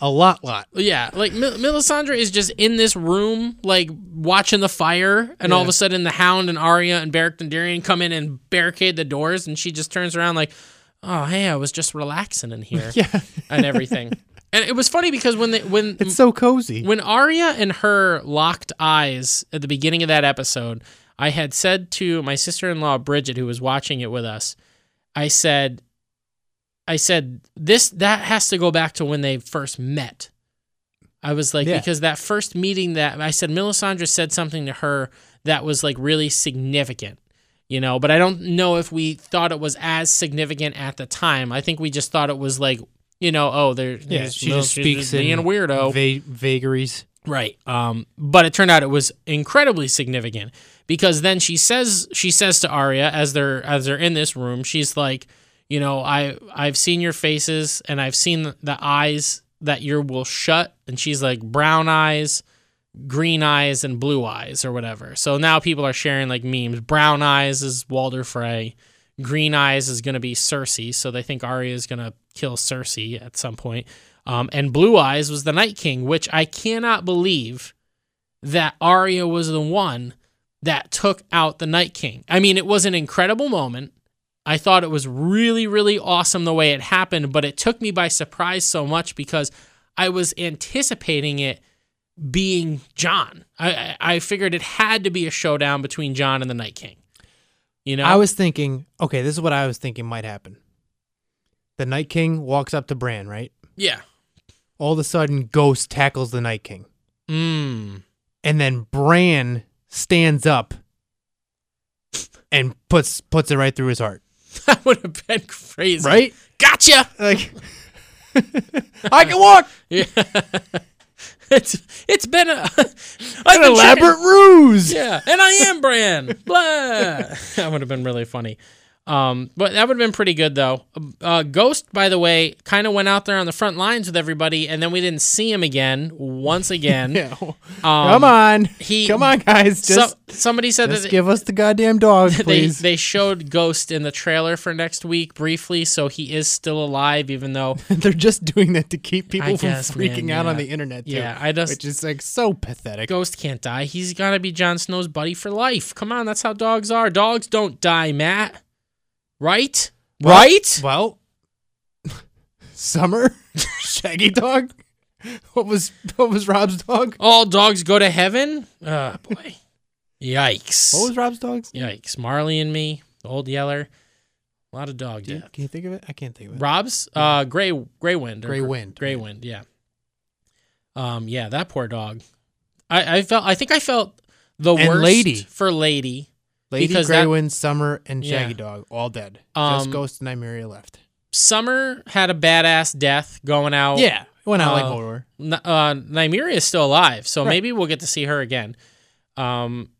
[SPEAKER 3] A lot, lot.
[SPEAKER 4] Yeah, like Mil- Melisandre is just in this room, like watching the fire, and all of
[SPEAKER 3] Yeah.
[SPEAKER 4] a sudden the Hound and Arya and Beric Dondarrion come in and barricade the doors, and she just turns around like, "Oh, hey, I was just relaxing in here,
[SPEAKER 3] Yeah.
[SPEAKER 4] and everything." And it was funny because when they when
[SPEAKER 3] It's so cozy.
[SPEAKER 4] when Arya and her locked eyes at the beginning of that episode, I had said to my sister in law Bridget, who was watching it with us, I said, I said this that has to go back to when they first met. I was like
[SPEAKER 7] Yeah.
[SPEAKER 4] because that first meeting that I said Melisandre said something to her that was like really significant. You know, but I don't know if we thought it was as significant at the time. I think we just thought it was like, you know, oh, there,
[SPEAKER 3] Yeah,
[SPEAKER 4] there's
[SPEAKER 3] she
[SPEAKER 4] Mil-
[SPEAKER 3] just
[SPEAKER 4] she's
[SPEAKER 3] speaks
[SPEAKER 4] being
[SPEAKER 3] in
[SPEAKER 4] a weirdo,
[SPEAKER 3] va- vagaries.
[SPEAKER 4] Right. Um, but it turned out it was incredibly significant because then she says she says to Arya as they're as they're in this room, she's like, you know, I I've seen your faces and I've seen the eyes that you will shut, and she's like brown eyes, green eyes, and blue eyes or whatever. So now people are sharing like memes. Brown eyes is Walder Frey. Green Eyes is going to be Cersei, so they think Arya is going to kill Cersei at some point. Um, and Blue Eyes was the Night King, which I cannot believe that Arya was the one that took out the Night King. I mean, it was an incredible moment. I thought it was really, really awesome the way it happened, but it took me by surprise so much because I was anticipating it being John. I, I I figured it had to be a showdown between John and the Night King. You know,
[SPEAKER 3] I was thinking, okay, this is what I was thinking might happen. The Night King walks up to Bran, right?
[SPEAKER 4] yeah.
[SPEAKER 3] All of a sudden, Ghost tackles the Night King.
[SPEAKER 4] Mm.
[SPEAKER 3] And then Bran stands up and puts puts it right through his heart.
[SPEAKER 4] that would have been crazy,
[SPEAKER 3] right?
[SPEAKER 4] Gotcha.
[SPEAKER 3] Like I can walk.
[SPEAKER 4] Yeah. it's it's been a
[SPEAKER 3] an elaborate ruse.
[SPEAKER 4] Yeah, and I am Bran. Blah. that would have been really funny. Um, but that would have been pretty good though. Uh, Ghost, by the way, kind of went out there on the front lines with everybody, and then we didn't see him again. Once again,
[SPEAKER 3] Yeah. Come on. Come on, guys.
[SPEAKER 4] Um, so-
[SPEAKER 3] Just-
[SPEAKER 4] somebody said
[SPEAKER 3] just
[SPEAKER 4] that
[SPEAKER 3] give us the goddamn dog,
[SPEAKER 4] they
[SPEAKER 3] please.
[SPEAKER 4] they showed Ghost in the trailer for next week briefly, so he is still alive, even though
[SPEAKER 3] They're just doing that to keep people
[SPEAKER 4] I
[SPEAKER 3] from
[SPEAKER 4] guess,
[SPEAKER 3] freaking
[SPEAKER 4] man,
[SPEAKER 3] out on
[SPEAKER 4] yeah.
[SPEAKER 3] the internet. Too,
[SPEAKER 4] Yeah, I just-
[SPEAKER 3] which is like so pathetic.
[SPEAKER 4] Ghost can't die. He's gotta be Jon Snow's buddy for life. Come on, that's how dogs are. Dogs don't die, Matt. Right?
[SPEAKER 3] Well-
[SPEAKER 4] right?
[SPEAKER 3] Well, Summer, Shaggy Dog. What was what was Rob's dog?
[SPEAKER 4] All dogs go to heaven? Ah, boy. Yikes.
[SPEAKER 3] What was Rob's dog's? name?
[SPEAKER 4] Yikes. Marley and me, the old yeller. A lot of dog
[SPEAKER 3] Do you-
[SPEAKER 4] death.
[SPEAKER 3] Can you think of it? I can't think of it.
[SPEAKER 4] Rob's uh Gray Gray Wind. or
[SPEAKER 3] Grey
[SPEAKER 4] Gr-
[SPEAKER 3] Wind,
[SPEAKER 4] Gray Wind, yeah. Um, yeah, that poor dog. I, I felt I think I felt the
[SPEAKER 3] And
[SPEAKER 4] worst
[SPEAKER 3] Lady.
[SPEAKER 4] for Lady.
[SPEAKER 3] Lady
[SPEAKER 4] because
[SPEAKER 3] Grey
[SPEAKER 4] that-
[SPEAKER 3] Wind, Summer, and
[SPEAKER 4] Yeah.
[SPEAKER 3] Shaggy Dog all dead.
[SPEAKER 4] Um,
[SPEAKER 3] Just Ghost and Nymeria left.
[SPEAKER 4] Summer had a badass death going out.
[SPEAKER 3] Yeah, went out like
[SPEAKER 4] Uh,
[SPEAKER 3] horror.
[SPEAKER 4] N- uh, Nymeria is still alive, so
[SPEAKER 3] Right.
[SPEAKER 4] maybe we'll get to see her again. Um,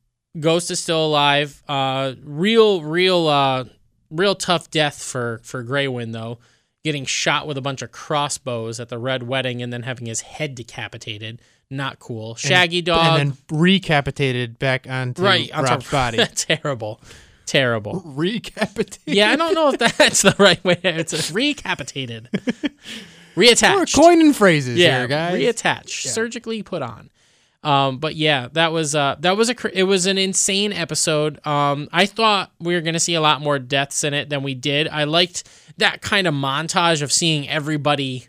[SPEAKER 4] Ghost is still alive. Uh, real, real, uh, real tough death for for Greywind though, getting shot with a bunch of crossbows at the Red Wedding and then having his head decapitated. Not cool. Shaggy
[SPEAKER 3] and,
[SPEAKER 4] dog,
[SPEAKER 3] and then recapitated back onto
[SPEAKER 4] right on
[SPEAKER 3] Rob's
[SPEAKER 4] top-
[SPEAKER 3] body.
[SPEAKER 4] terrible, terrible.
[SPEAKER 3] recapitated.
[SPEAKER 4] Yeah, I don't know if that's the right way. It's a recapitated,
[SPEAKER 3] We're
[SPEAKER 4] reattached.
[SPEAKER 3] coining phrases here, guys.
[SPEAKER 4] Reattached, surgically put on. Um, but yeah, that was uh, that was a cr- it was an insane episode. Um, I thought we were gonna see a lot more deaths in it than we did. I liked that kind of montage of seeing everybody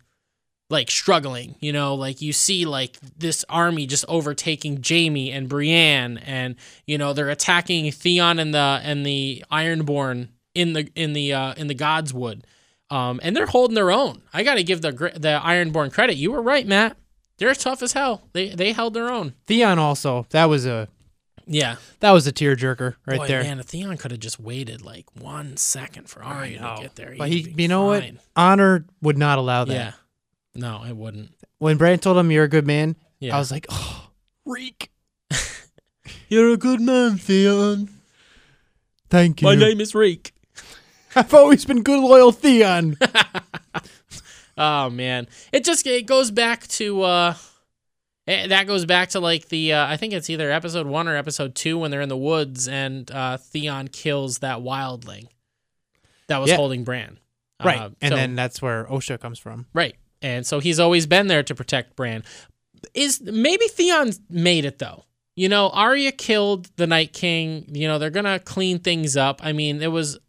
[SPEAKER 4] like struggling. You know, like you see like this army just overtaking Jamie and Brienne, and you know they're attacking Theon and the and the Ironborn in the in the uh, in the Godswood, um, and they're holding their own. I got to give the gr- the Ironborn credit. You were right, Matt. They're tough as hell. They they held their own.
[SPEAKER 3] Theon also. That was a
[SPEAKER 4] Yeah,
[SPEAKER 3] that was a tearjerker right
[SPEAKER 4] Boy,
[SPEAKER 3] there.
[SPEAKER 4] Man, if Theon could have just waited like one second for Arya to get there.
[SPEAKER 3] but
[SPEAKER 4] he'd
[SPEAKER 3] he,
[SPEAKER 4] be
[SPEAKER 3] you know
[SPEAKER 4] fine.
[SPEAKER 3] what? Honor would not allow that.
[SPEAKER 4] Yeah. No, I wouldn't.
[SPEAKER 3] When Brand told him you're a good man,
[SPEAKER 4] Yeah.
[SPEAKER 3] I was like, oh, reek.
[SPEAKER 4] You're a good man, Theon.
[SPEAKER 3] Thank you.
[SPEAKER 4] My name is Reek.
[SPEAKER 3] I've always been good, loyal Theon.
[SPEAKER 4] Uh, Oh man, it just it goes back to uh, eh, that goes back to like the uh, I think it's either episode one or episode two when they're in the woods and uh, Theon kills that wildling that was
[SPEAKER 3] Yeah.
[SPEAKER 4] holding Bran,
[SPEAKER 3] right.
[SPEAKER 4] Uh,
[SPEAKER 3] and
[SPEAKER 4] so-
[SPEAKER 3] then that's where Osha comes from.
[SPEAKER 4] right, and so he's always been there to protect Bran. Is maybe Theon made it though? You know, Arya killed the Night King. You know, they're gonna clean things up. I mean, it was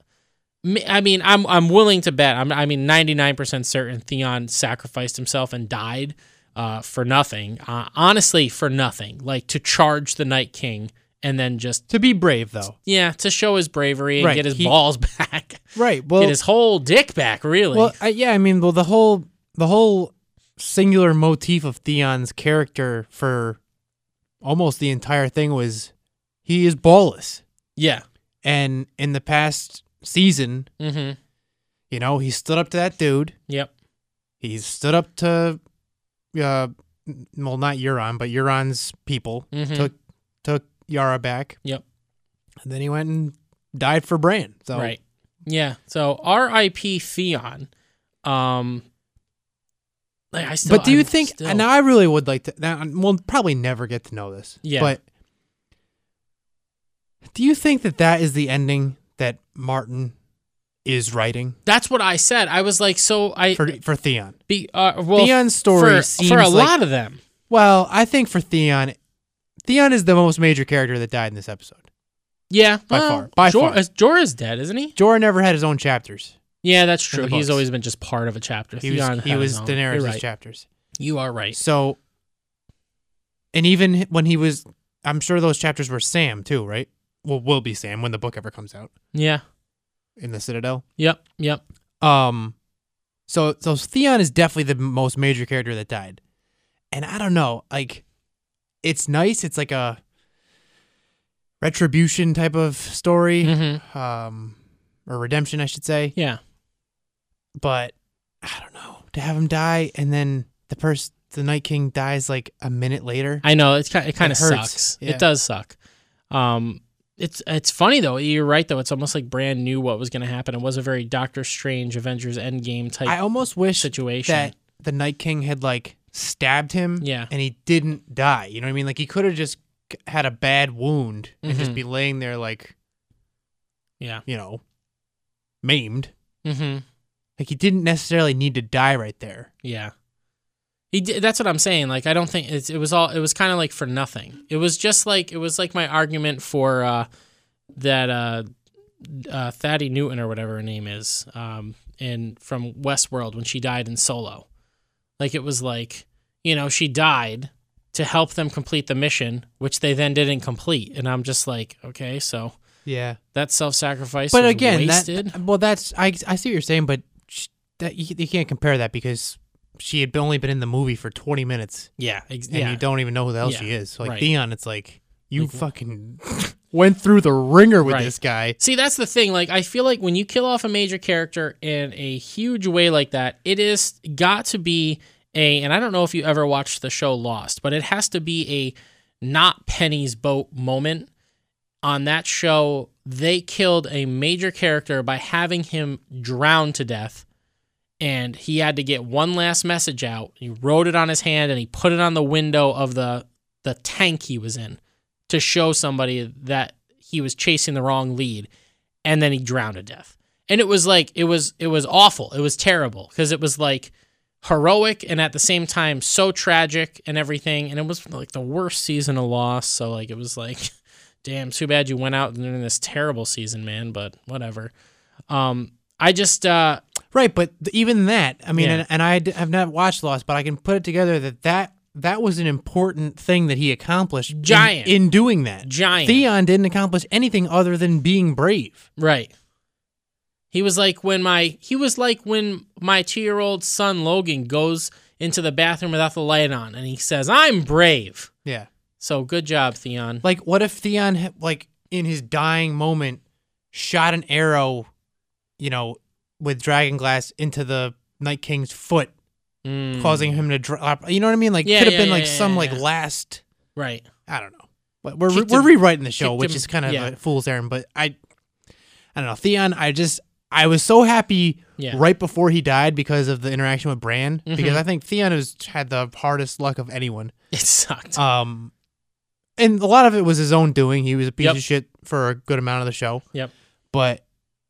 [SPEAKER 4] Me- I mean, I'm I'm willing to bet. I'm I mean, 99% certain Theon sacrificed himself and died uh, for nothing. Uh, honestly, for nothing. Like to charge the Night King and then just
[SPEAKER 3] To be brave, though.
[SPEAKER 4] yeah to show his bravery and
[SPEAKER 3] Right,
[SPEAKER 4] get his
[SPEAKER 3] he-
[SPEAKER 4] balls back,
[SPEAKER 3] Right. Well,
[SPEAKER 4] get his whole dick back. Really,
[SPEAKER 3] Well, I, yeah, I mean, well, the whole the whole singular motif of Theon's character for almost the entire thing was he is ballless,
[SPEAKER 4] yeah.
[SPEAKER 3] and in the past season,
[SPEAKER 4] Mm-hmm.
[SPEAKER 3] you know, he stood up to that dude.
[SPEAKER 4] Yep.
[SPEAKER 3] He stood up to, uh, n- well, not Euron, but Euron's people
[SPEAKER 4] Mhm.
[SPEAKER 3] took took Yara back,
[SPEAKER 4] Yep.
[SPEAKER 3] and then he went and died for Bran. So
[SPEAKER 4] Right. Yeah. So R.I.P. Theon. Um. Like I still.
[SPEAKER 3] but do you
[SPEAKER 4] I'm
[SPEAKER 3] think
[SPEAKER 4] still-
[SPEAKER 3] now i really would like to now we'll probably never get to know this
[SPEAKER 4] Yeah.
[SPEAKER 3] but do you think that that is the ending that martin is writing
[SPEAKER 4] That's what I said. I was like, so I
[SPEAKER 3] for for theon
[SPEAKER 4] Be, uh, well,
[SPEAKER 3] Theon's story
[SPEAKER 4] for,
[SPEAKER 3] seems
[SPEAKER 4] for a
[SPEAKER 3] like-
[SPEAKER 4] lot of them.
[SPEAKER 3] well i think for theon theon is the most major character that died in this episode
[SPEAKER 4] Yeah,
[SPEAKER 3] By far, by
[SPEAKER 4] Jor-
[SPEAKER 3] far.
[SPEAKER 4] uh, Jorah is dead, isn't he?
[SPEAKER 3] jorah never had his own chapters
[SPEAKER 4] Yeah, that's
[SPEAKER 3] In
[SPEAKER 4] true.
[SPEAKER 3] the
[SPEAKER 4] He's
[SPEAKER 3] books.
[SPEAKER 4] always been just part of a chapter.
[SPEAKER 3] he was
[SPEAKER 4] Theon
[SPEAKER 3] he
[SPEAKER 4] had
[SPEAKER 3] was
[SPEAKER 4] his own. You're
[SPEAKER 3] daenerys'
[SPEAKER 4] right.
[SPEAKER 3] chapters
[SPEAKER 4] You are right.
[SPEAKER 3] so and even when he was i'm sure those chapters were sam too right well will be sam when the book ever comes out
[SPEAKER 4] Yeah.
[SPEAKER 3] in the citadel
[SPEAKER 4] Yep. Yep.
[SPEAKER 3] Um, so so Theon is definitely the most major character that died, and I don't know, like, it's nice. It's like a retribution type of story,
[SPEAKER 4] Mm-hmm.
[SPEAKER 3] um, or redemption, I should say.
[SPEAKER 4] Yeah.
[SPEAKER 3] But I don't know to have him die and then the person, the Night King, dies like a minute later.
[SPEAKER 4] I know it's ki- it kind of
[SPEAKER 3] hurts.
[SPEAKER 4] sucks.
[SPEAKER 3] Yeah.
[SPEAKER 4] It does suck. Um, it's it's funny though. You're right though. It's almost like Brand knew what was going to happen. It was a very Doctor Strange, Avengers Endgame type.
[SPEAKER 3] I almost wish
[SPEAKER 4] situation
[SPEAKER 3] that the Night King had like stabbed him.
[SPEAKER 4] Yeah.
[SPEAKER 3] And he didn't die. You know what I mean? Like he could have just c- had a bad wound and just
[SPEAKER 4] Mhm.
[SPEAKER 3] be laying there like,
[SPEAKER 4] Yeah.
[SPEAKER 3] you know, maimed.
[SPEAKER 4] Mm-hmm.
[SPEAKER 3] Like he didn't necessarily need to die right there.
[SPEAKER 4] Yeah. He did, that's what I'm saying. Like I don't think it's, it was all it was kind of like for nothing. It was just like it was like my argument for uh that uh uh Thaddy Newton or whatever her name is um in from Westworld when she died in Solo. Like it was like, you know, she died to help them complete the mission, which they then didn't complete. And I'm just like, okay, so
[SPEAKER 3] Yeah.
[SPEAKER 4] that self-sacrifice
[SPEAKER 3] but
[SPEAKER 4] was
[SPEAKER 3] again,
[SPEAKER 4] wasted.
[SPEAKER 3] that well, that's I I see what you're saying, but sh- that you, you can't compare that because she had only been in the movie for 20 minutes.
[SPEAKER 4] Yeah, ex-
[SPEAKER 3] and
[SPEAKER 4] yeah.
[SPEAKER 3] you don't even know who the hell
[SPEAKER 4] Yeah,
[SPEAKER 3] she is. Like
[SPEAKER 4] right.
[SPEAKER 3] Theon, it's like you
[SPEAKER 4] Like, wh-
[SPEAKER 3] fucking went through the ringer with
[SPEAKER 4] Right.
[SPEAKER 3] this guy.
[SPEAKER 4] See, that's the thing. Like, I feel like when you kill off a major character in a huge way like that, it is got to be a. And I don't know if you ever watched the show Lost, but it has to be a not Penny's boat moment. On that show, they killed a major character by having him drown to death. And he had to get one last message out. He wrote it on his hand and he put it on the window of the the tank he was in to show somebody that he was chasing the wrong lead and then he drowned to death and it was like it was it was awful it was terrible because it was like heroic and at the same time so tragic and everything and it was like the worst season of loss so like it was like damn too bad you went out during this terrible season man but whatever um i just uh
[SPEAKER 3] Right, but th- even that, I mean,
[SPEAKER 4] Yeah.
[SPEAKER 3] and, and I d- have not watched Lost, but I can put it together that that that was an important thing that he accomplished in-
[SPEAKER 4] Giant.
[SPEAKER 3] in, doing that.
[SPEAKER 4] Giant.
[SPEAKER 3] Theon didn't accomplish anything other than being brave.
[SPEAKER 4] Right. He was like when my he was like when my two year old son Logan goes into the bathroom without the light on and he says, I'm brave.
[SPEAKER 3] Yeah.
[SPEAKER 4] So good job, Theon.
[SPEAKER 3] Like, what if Theon, ha- like, in his dying moment, shot an arrow, you know, with dragon glass into the Night King's foot,
[SPEAKER 4] Mm.
[SPEAKER 3] causing him to drop? You know what I mean? Like,
[SPEAKER 4] Yeah,
[SPEAKER 3] could have
[SPEAKER 4] yeah,
[SPEAKER 3] been
[SPEAKER 4] yeah,
[SPEAKER 3] like
[SPEAKER 4] yeah,
[SPEAKER 3] some
[SPEAKER 4] yeah,
[SPEAKER 3] like
[SPEAKER 4] yeah.
[SPEAKER 3] last.
[SPEAKER 4] Right.
[SPEAKER 3] I don't know. But we're
[SPEAKER 4] Kicked
[SPEAKER 3] we're
[SPEAKER 4] him-
[SPEAKER 3] rewriting the show,
[SPEAKER 4] kicked
[SPEAKER 3] which
[SPEAKER 4] him-
[SPEAKER 3] is kind of
[SPEAKER 4] yeah.
[SPEAKER 3] a fool's errand. But I, I don't know, Theon. I just I was so happy
[SPEAKER 4] Yeah.
[SPEAKER 3] right before he died because of the interaction with Bran, because
[SPEAKER 4] Mhm.
[SPEAKER 3] I think Theon has had the hardest luck of anyone.
[SPEAKER 4] It sucked.
[SPEAKER 3] Um, and a lot of it was his own doing. He was a piece
[SPEAKER 4] Yep.
[SPEAKER 3] of shit for a good amount of the show.
[SPEAKER 4] Yep.
[SPEAKER 3] But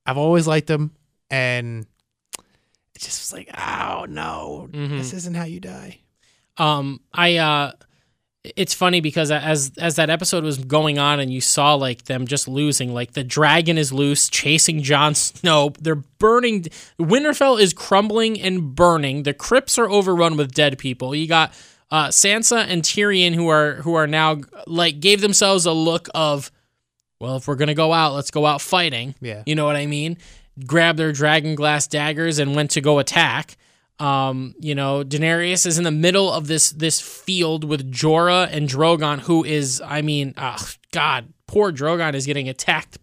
[SPEAKER 3] I've always liked him, and it just was like, oh no,
[SPEAKER 4] Mhm.
[SPEAKER 3] this isn't how you die.
[SPEAKER 4] um i uh it's funny because as as that episode was going on and you saw like them just losing like the dragon is loose chasing Jon Snow they're burning Winterfell is crumbling and burning the crypts are overrun with dead people you got uh Sansa and Tyrion who are who are now like gave themselves a look of well if we're going to go out let's go out fighting
[SPEAKER 3] Yeah.
[SPEAKER 4] you know what I mean? Grabbed their dragon glass daggers and went to go attack. Um, you know, Daenerys is in the middle of this this field with Jorah and Drogon, who is, I mean, ah, God, poor Drogon is getting attacked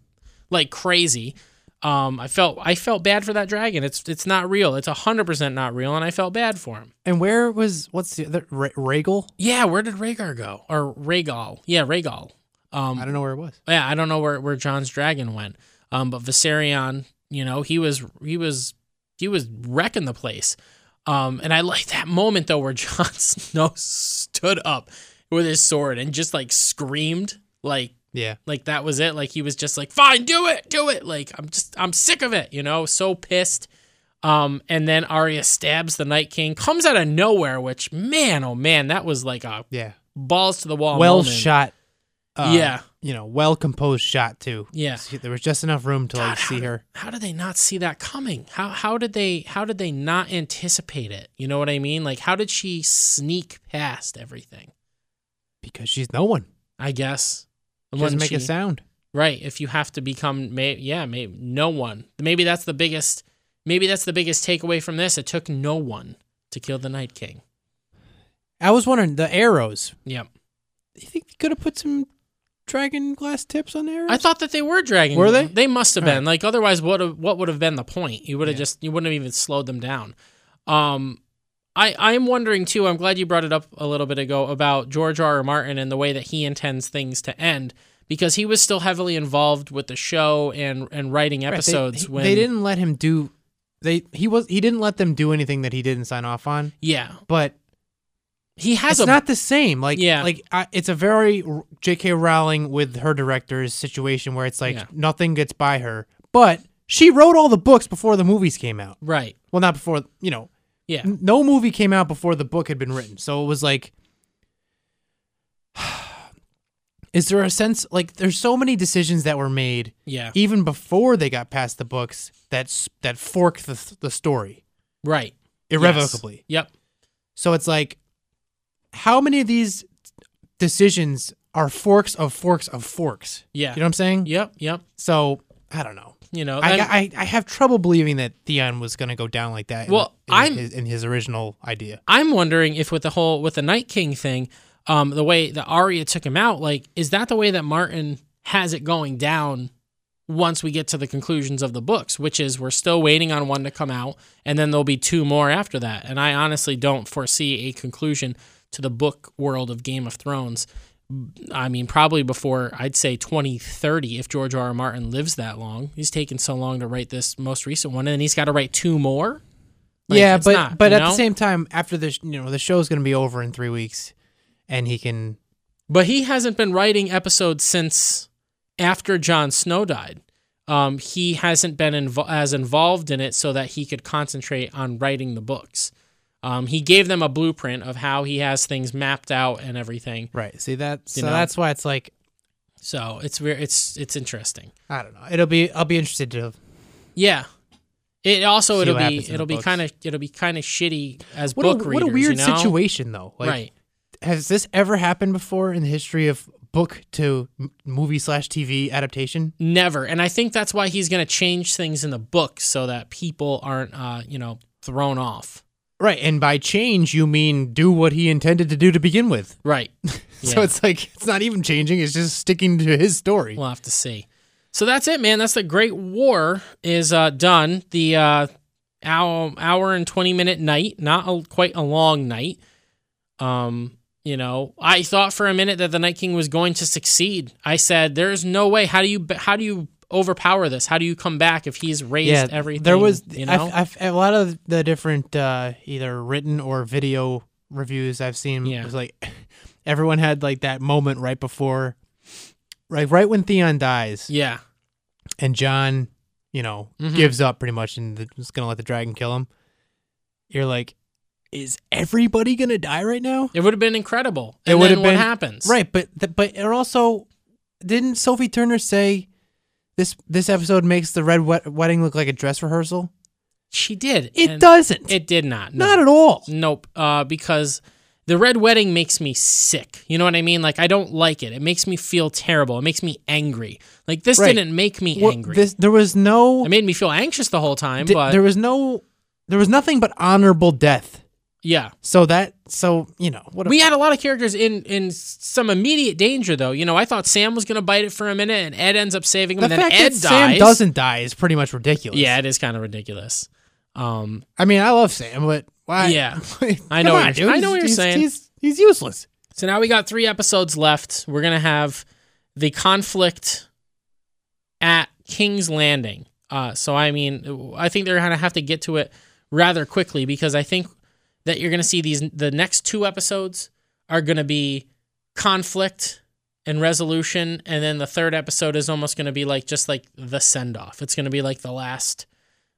[SPEAKER 4] like crazy. Um, I felt I felt bad for that dragon. It's it's not real. It's hundred percent not real, and I felt bad for him.
[SPEAKER 3] And where was what's the other Ra- Rhaegal?
[SPEAKER 4] Yeah, where did Rhaegar go? Or Rhaegal? Yeah, Rhaegal. Um,
[SPEAKER 3] I don't know where it was.
[SPEAKER 4] Yeah, I don't know where where John's dragon went. Um, but Viserion, you know, he was he was he was wrecking the place. Um, and I like that moment though where Jon Snow stood up with his sword and just like screamed like
[SPEAKER 3] Yeah.
[SPEAKER 4] like that was it. Like he was just like, "Fine, do it, do it." Like I'm just I'm sick of it, you know. So pissed. Um, and then Arya stabs the Night King, comes out of nowhere. Which man, oh man, that was like a
[SPEAKER 3] Yeah.
[SPEAKER 4] balls to the wall.
[SPEAKER 3] well
[SPEAKER 4] moment.
[SPEAKER 3] shot. uh,
[SPEAKER 4] Yeah.
[SPEAKER 3] you know, well composed shot too.
[SPEAKER 4] Yeah.
[SPEAKER 3] See, there was just enough room to like
[SPEAKER 4] how
[SPEAKER 3] see
[SPEAKER 4] did-
[SPEAKER 3] her.
[SPEAKER 4] How did they not see that coming? How how did they how did they not anticipate it? You know what I mean? Like how did she sneak past everything?
[SPEAKER 3] because she's no one.
[SPEAKER 4] I guess.
[SPEAKER 3] She doesn't
[SPEAKER 4] Unless
[SPEAKER 3] make a
[SPEAKER 4] she-
[SPEAKER 3] sound.
[SPEAKER 4] Right. If you have to become, may, yeah, maybe no one. Maybe that's the biggest. Maybe that's the biggest takeaway from this. It took no one to kill the Night King.
[SPEAKER 3] I was wondering the arrows.
[SPEAKER 4] Yep.
[SPEAKER 3] You think they could have put some
[SPEAKER 5] dragon glass tips on there?
[SPEAKER 4] I thought that they were dragging.
[SPEAKER 5] Were
[SPEAKER 4] them.
[SPEAKER 5] they?
[SPEAKER 4] They must have
[SPEAKER 5] All right.
[SPEAKER 4] been. Like otherwise, what what would have been the point? You would have just you wouldn't have even slowed them down. Um, I I'm wondering too. I'm glad you brought it up a little bit ago about George R. R. Martin and the way that he intends things to end because he was still heavily involved with the show and and writing
[SPEAKER 3] Right, they-
[SPEAKER 4] episodes
[SPEAKER 3] he-
[SPEAKER 4] when
[SPEAKER 3] they didn't let him do they he was he didn't let them do anything that he didn't sign off on.
[SPEAKER 4] Yeah.
[SPEAKER 3] But
[SPEAKER 4] he has
[SPEAKER 3] it's
[SPEAKER 4] a-
[SPEAKER 3] not the same. Like
[SPEAKER 4] Yeah.
[SPEAKER 3] like I, it's a very R- J.K. Rowling with her directors situation where it's like
[SPEAKER 4] Yeah.
[SPEAKER 3] nothing gets by her. But she wrote all the books before the movies came out.
[SPEAKER 4] Right.
[SPEAKER 3] Well, not before you know.
[SPEAKER 4] Yeah.
[SPEAKER 3] n- No movie came out before the book had been written, so it was like. Is there a sense like there's so many decisions that were made,
[SPEAKER 4] Yeah.
[SPEAKER 3] even before they got past the books that s- that forked the the story,
[SPEAKER 4] right
[SPEAKER 3] irrevocably.
[SPEAKER 4] Yes. Yep.
[SPEAKER 3] So it's like, how many of these decisions are forks of forks of forks?
[SPEAKER 4] Yeah.
[SPEAKER 3] you know what I'm saying.
[SPEAKER 4] Yep, yep.
[SPEAKER 3] So I don't know.
[SPEAKER 4] You know,
[SPEAKER 3] I,
[SPEAKER 4] and-
[SPEAKER 3] I I have trouble believing that Theon was going to go down like that. in-
[SPEAKER 4] Well,
[SPEAKER 3] in
[SPEAKER 4] I'm-
[SPEAKER 3] his, in his original idea.
[SPEAKER 4] I'm wondering if with the whole with the Night King thing, um, the way that Arya took him out, like, is that the way that Martin has it going down? Once we get to the conclusions of the books, which is we're still waiting on one to come out, and then there'll be two more after that. And I honestly don't foresee a conclusion to the book world of Game of Thrones. I mean, probably before I'd say 2030, if George R. R. Martin lives that long. He's taken so long to write this most recent one, and then he's got to write two more. Like,
[SPEAKER 3] yeah,
[SPEAKER 4] it's
[SPEAKER 3] but
[SPEAKER 4] not,
[SPEAKER 3] but
[SPEAKER 4] you
[SPEAKER 3] at the
[SPEAKER 4] know?
[SPEAKER 3] same time, after this, you know, the show's going to be over in three weeks, and he can.
[SPEAKER 4] But he hasn't been writing episodes since after Jon Snow died. Um, he hasn't been invo- as involved in it so that he could concentrate on writing the books. Um, he gave them a blueprint of how he has things mapped out and everything.
[SPEAKER 3] Right. See that?
[SPEAKER 4] You
[SPEAKER 3] So
[SPEAKER 4] know?
[SPEAKER 3] that's why it's like
[SPEAKER 4] So it's ver- it's it's interesting.
[SPEAKER 3] I don't know. It'll be I'll be interested to.
[SPEAKER 4] Yeah. It also
[SPEAKER 3] See
[SPEAKER 4] it'll
[SPEAKER 3] what
[SPEAKER 4] be
[SPEAKER 3] happens in the
[SPEAKER 4] it'll be
[SPEAKER 3] books.
[SPEAKER 4] kind of it'll be kind of shitty as
[SPEAKER 3] What
[SPEAKER 4] book
[SPEAKER 3] a,
[SPEAKER 4] readers.
[SPEAKER 3] what a weird
[SPEAKER 4] you know?
[SPEAKER 3] situation though. Like,
[SPEAKER 4] right.
[SPEAKER 3] Has this ever happened before in the history of book to m- movie slash TV adaptation?
[SPEAKER 4] Never. And I think that's why he's going to change things in the book so that people aren't uh, you know thrown off.
[SPEAKER 3] Right. And by change, you mean do what he intended to do to begin with.
[SPEAKER 4] Right.
[SPEAKER 3] so
[SPEAKER 4] Yeah.
[SPEAKER 3] it's like it's not even changing. It's just sticking to his story.
[SPEAKER 4] We'll have to see. So that's it, man. That's the Great War is uh, done. The uh, hour, hour and twenty minute night, not a, quite a long night. Um, you know, I thought for a minute that the Night King was going to succeed. I said, "There's no way. How do you? How do you overpower this? How do you come back if he's raised everything?"
[SPEAKER 3] There was
[SPEAKER 4] you
[SPEAKER 3] I've-
[SPEAKER 4] know,
[SPEAKER 3] I've- a lot of the different uh, either written or video reviews I've seen
[SPEAKER 4] Yeah.
[SPEAKER 3] was like everyone had like that moment right before, right right when Theon dies.
[SPEAKER 4] Yeah,
[SPEAKER 3] and John, you know,
[SPEAKER 4] Mhm.
[SPEAKER 3] gives up pretty much and the, is gonna let the dragon kill him. You're like, is everybody gonna die right now?
[SPEAKER 4] it would have been incredible. And then
[SPEAKER 3] would've
[SPEAKER 4] what happens?
[SPEAKER 3] right, but th- but it also didn't Sophie Turner say this this episode makes the red wed- wedding look like a dress rehearsal?
[SPEAKER 4] She did.
[SPEAKER 3] It
[SPEAKER 4] and
[SPEAKER 3] doesn't.
[SPEAKER 4] It did not. no.
[SPEAKER 3] Not at all.
[SPEAKER 4] Nope. Uh, because the red wedding makes me sick. You know what I mean? Like I don't like it. It makes me feel terrible. It makes me angry. Like this
[SPEAKER 3] Right.
[SPEAKER 4] didn't make me
[SPEAKER 3] Well,
[SPEAKER 4] angry.
[SPEAKER 3] This, there was no
[SPEAKER 4] it made me feel anxious the whole time.
[SPEAKER 3] di-
[SPEAKER 4] but
[SPEAKER 3] there was no there was nothing but honorable death.
[SPEAKER 4] yeah,
[SPEAKER 3] So that so you know what a-
[SPEAKER 4] we had a lot of characters in in some immediate danger though. You know, I thought Sam was gonna bite it for a minute, and Ed ends up saving him,
[SPEAKER 3] the
[SPEAKER 4] and then
[SPEAKER 3] fact
[SPEAKER 4] Ed
[SPEAKER 3] that
[SPEAKER 4] dies.
[SPEAKER 3] Sam doesn't die is pretty much ridiculous.
[SPEAKER 4] Yeah, it is kind of ridiculous. Um,
[SPEAKER 3] I mean, I love Sam, but why?
[SPEAKER 4] Yeah. I
[SPEAKER 3] Come
[SPEAKER 4] know.
[SPEAKER 3] on,
[SPEAKER 4] what you're,
[SPEAKER 3] dude.
[SPEAKER 4] I know what you're
[SPEAKER 3] He's-
[SPEAKER 4] saying.
[SPEAKER 3] He's, he's useless.
[SPEAKER 4] So now we got three episodes left. We're gonna have the conflict at King's Landing. Uh, so I mean, I think they're gonna have to get to it rather quickly because I think that you're gonna see these. The next two episodes are gonna be conflict and resolution, and then the third episode is almost gonna be like just like the send off. It's gonna be like the last,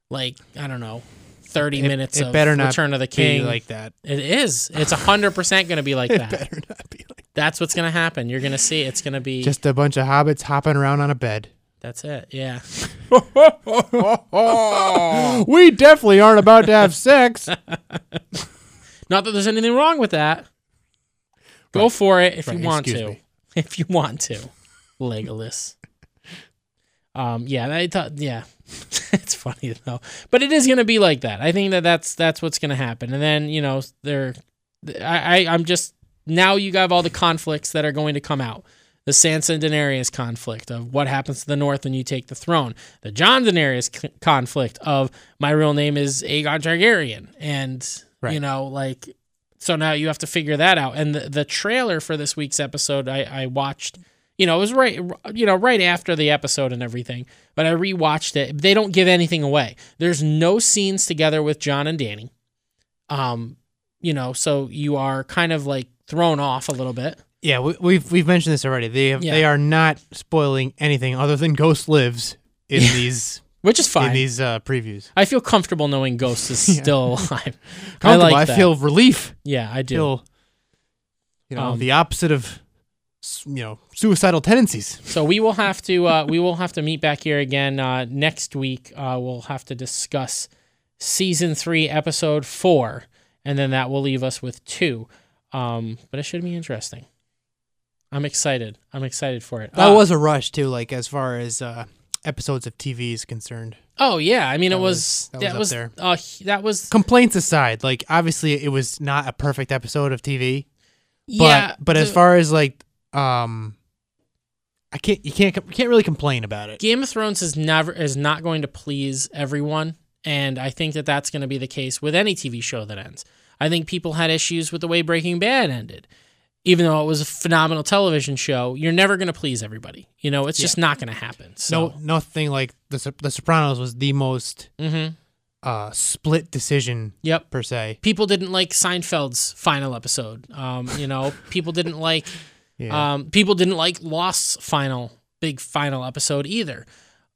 [SPEAKER 4] like I don't know, thirty
[SPEAKER 3] It-
[SPEAKER 4] minutes
[SPEAKER 3] it
[SPEAKER 4] of
[SPEAKER 3] better not
[SPEAKER 4] Return of the
[SPEAKER 3] be
[SPEAKER 4] King
[SPEAKER 3] like that.
[SPEAKER 4] It is. It's hundred percent gonna be like
[SPEAKER 3] It
[SPEAKER 4] that.
[SPEAKER 3] better
[SPEAKER 4] That's what's gonna happen. You're gonna see. It's gonna be.
[SPEAKER 3] Just a bunch of hobbits hopping around on a bed.
[SPEAKER 4] that's it. Yeah.
[SPEAKER 3] we definitely aren't about to have sex.
[SPEAKER 4] Not that there's anything wrong with that. Go for it if
[SPEAKER 3] Right,
[SPEAKER 4] you want
[SPEAKER 3] excuse
[SPEAKER 4] to.
[SPEAKER 3] me.
[SPEAKER 4] If you want to, Legolas. um. Yeah. I thought. Yeah. it's funny though, but it is gonna be like that. I think that that's that's what's gonna happen. And then you know they're. I, I I'm just now you have all the conflicts that are going to come out. the Sansa and Daenerys conflict of what happens to the North when you take the throne, the John Daenerys c- conflict of my real name is Aegon Targaryen, and you know like so now you have to figure that out. And the, the trailer for this week's episode, I, I watched. You know, it was right. You know, right after the episode and everything. But I rewatched it. They don't give anything away. There's no scenes together with John and Danny. Um, you know, so you are kind of like thrown off a little bit.
[SPEAKER 3] Yeah, we, we've we've mentioned this already. They have,
[SPEAKER 4] Yeah.
[SPEAKER 3] they are not spoiling anything other than Ghost lives in these,
[SPEAKER 4] which is fine.
[SPEAKER 3] in these uh, previews.
[SPEAKER 4] I feel comfortable knowing Ghost is
[SPEAKER 3] Yeah.
[SPEAKER 4] still alive. I
[SPEAKER 3] Comfortable.
[SPEAKER 4] like
[SPEAKER 3] I
[SPEAKER 4] that.
[SPEAKER 3] feel relief.
[SPEAKER 4] Yeah, I do.
[SPEAKER 3] Feel, you know
[SPEAKER 4] Um,
[SPEAKER 3] the opposite of s- you know suicidal tendencies.
[SPEAKER 4] So we will have to uh, we will have to meet back here again uh, next week. Uh, we'll have to discuss season three, episode four, and then that will leave us with two. Um, but it should be interesting. I'm excited. I'm excited for it.
[SPEAKER 3] That
[SPEAKER 4] Uh,
[SPEAKER 3] was a rush too, like as far as uh, episodes of TV is concerned.
[SPEAKER 4] Oh yeah, I mean it
[SPEAKER 3] That
[SPEAKER 4] was,
[SPEAKER 3] was- that
[SPEAKER 4] that was
[SPEAKER 3] was
[SPEAKER 4] that
[SPEAKER 3] up
[SPEAKER 4] was, uh, he- that was
[SPEAKER 3] Complaints aside, like obviously it was not a perfect episode of TV. But,
[SPEAKER 4] Yeah,
[SPEAKER 3] but as
[SPEAKER 4] the-
[SPEAKER 3] far as like, um, I can't you can't you can't really complain about it.
[SPEAKER 4] Game of Thrones is never is not going to please everyone, and I think that that's going to be the case with any TV show that ends. I think people had issues with the way Breaking Bad ended, even though it was a phenomenal television show. You're never going to please everybody. You know, it's just not going to happen. So
[SPEAKER 3] No, nothing like the Sop- the Sopranos was the most
[SPEAKER 4] Mhm.
[SPEAKER 3] uh, split decision.
[SPEAKER 4] Yep.
[SPEAKER 3] per se.
[SPEAKER 4] people didn't like Seinfeld's final episode. Um, you know, people didn't like
[SPEAKER 3] Yeah.
[SPEAKER 4] um, people didn't like Lost's final big final episode either.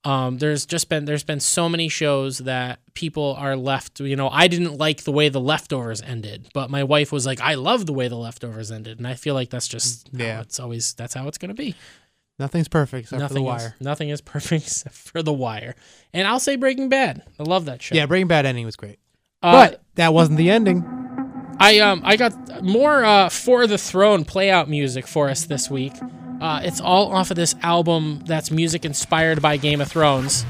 [SPEAKER 4] Um, there's just been there's been so many shows that people are left. You know, I didn't like the way the leftovers ended, but my wife was like, "I love the way the leftovers ended," and I feel like that's just yeah.
[SPEAKER 3] Yeah.
[SPEAKER 4] it's always that's how it's gonna be.
[SPEAKER 3] Nothing's perfect except for
[SPEAKER 4] nothing
[SPEAKER 3] The
[SPEAKER 4] Is,
[SPEAKER 3] Wire.
[SPEAKER 4] nothing is perfect except for The Wire, and I'll say Breaking Bad. I love that show.
[SPEAKER 3] Yeah, Breaking Bad ending was great,
[SPEAKER 4] Uh,
[SPEAKER 3] but that wasn't the ending.
[SPEAKER 4] I um I got more uh, for the throne playout music for us this week. Uh, it's all off of this album that's music inspired by Game of Thrones.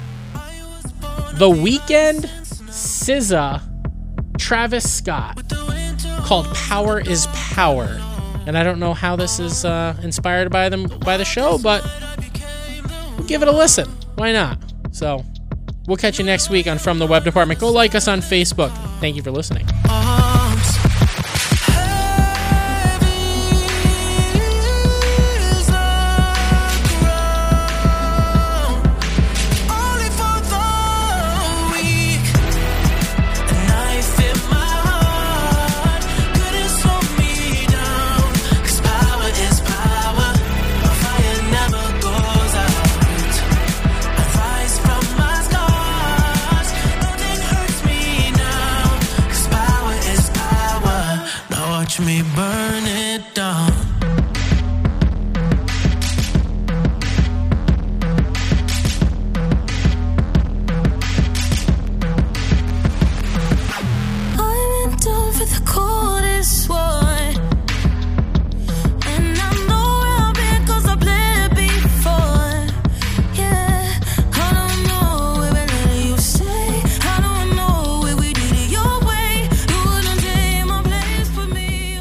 [SPEAKER 4] The Weekend, SZA, Travis Scott, called "Power Is Power," and I don't know how this is uh, inspired by them by the show, but we'll give it a listen. Why not? So we'll catch you next week on From the Web Department. Go like us on Facebook. Thank you for listening.
[SPEAKER 7] arms heavy is the ground only for the weak a knife in my heart couldn't slow me down 'Cause power is power a fire never goes out I rise from my scars nothing hurts me now 'Cause power is power. Now watch me burn it down.
[SPEAKER 8] I went down for the coldest one. And I know I'll be cause I played it before. Yeah. I don't know where we let you stay. I don't know where we did it your way. You wouldn't take my place for me.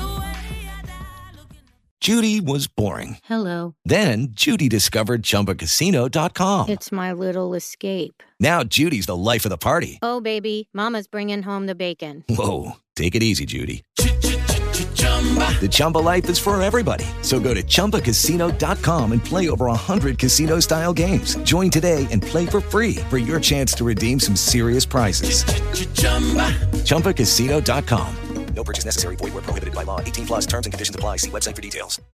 [SPEAKER 9] Judy was boring.
[SPEAKER 10] Hello.
[SPEAKER 9] Then Judy discovered ChumbaCasino.com.
[SPEAKER 10] It's my little escape.
[SPEAKER 9] Now Judy's the life of the party.
[SPEAKER 10] Oh, baby, Mama's bringing home the bacon.
[SPEAKER 9] Whoa, take it easy, Judy. The Chumba life is for everybody. So go to ChumbaCasino.com and play over 100 casino style games. Join today and play for free for your chance to redeem some serious prizes. ChumbaCasino.com.
[SPEAKER 11] No purchase necessary. Void where prohibited by law. 18 plus terms and conditions apply. See website for details.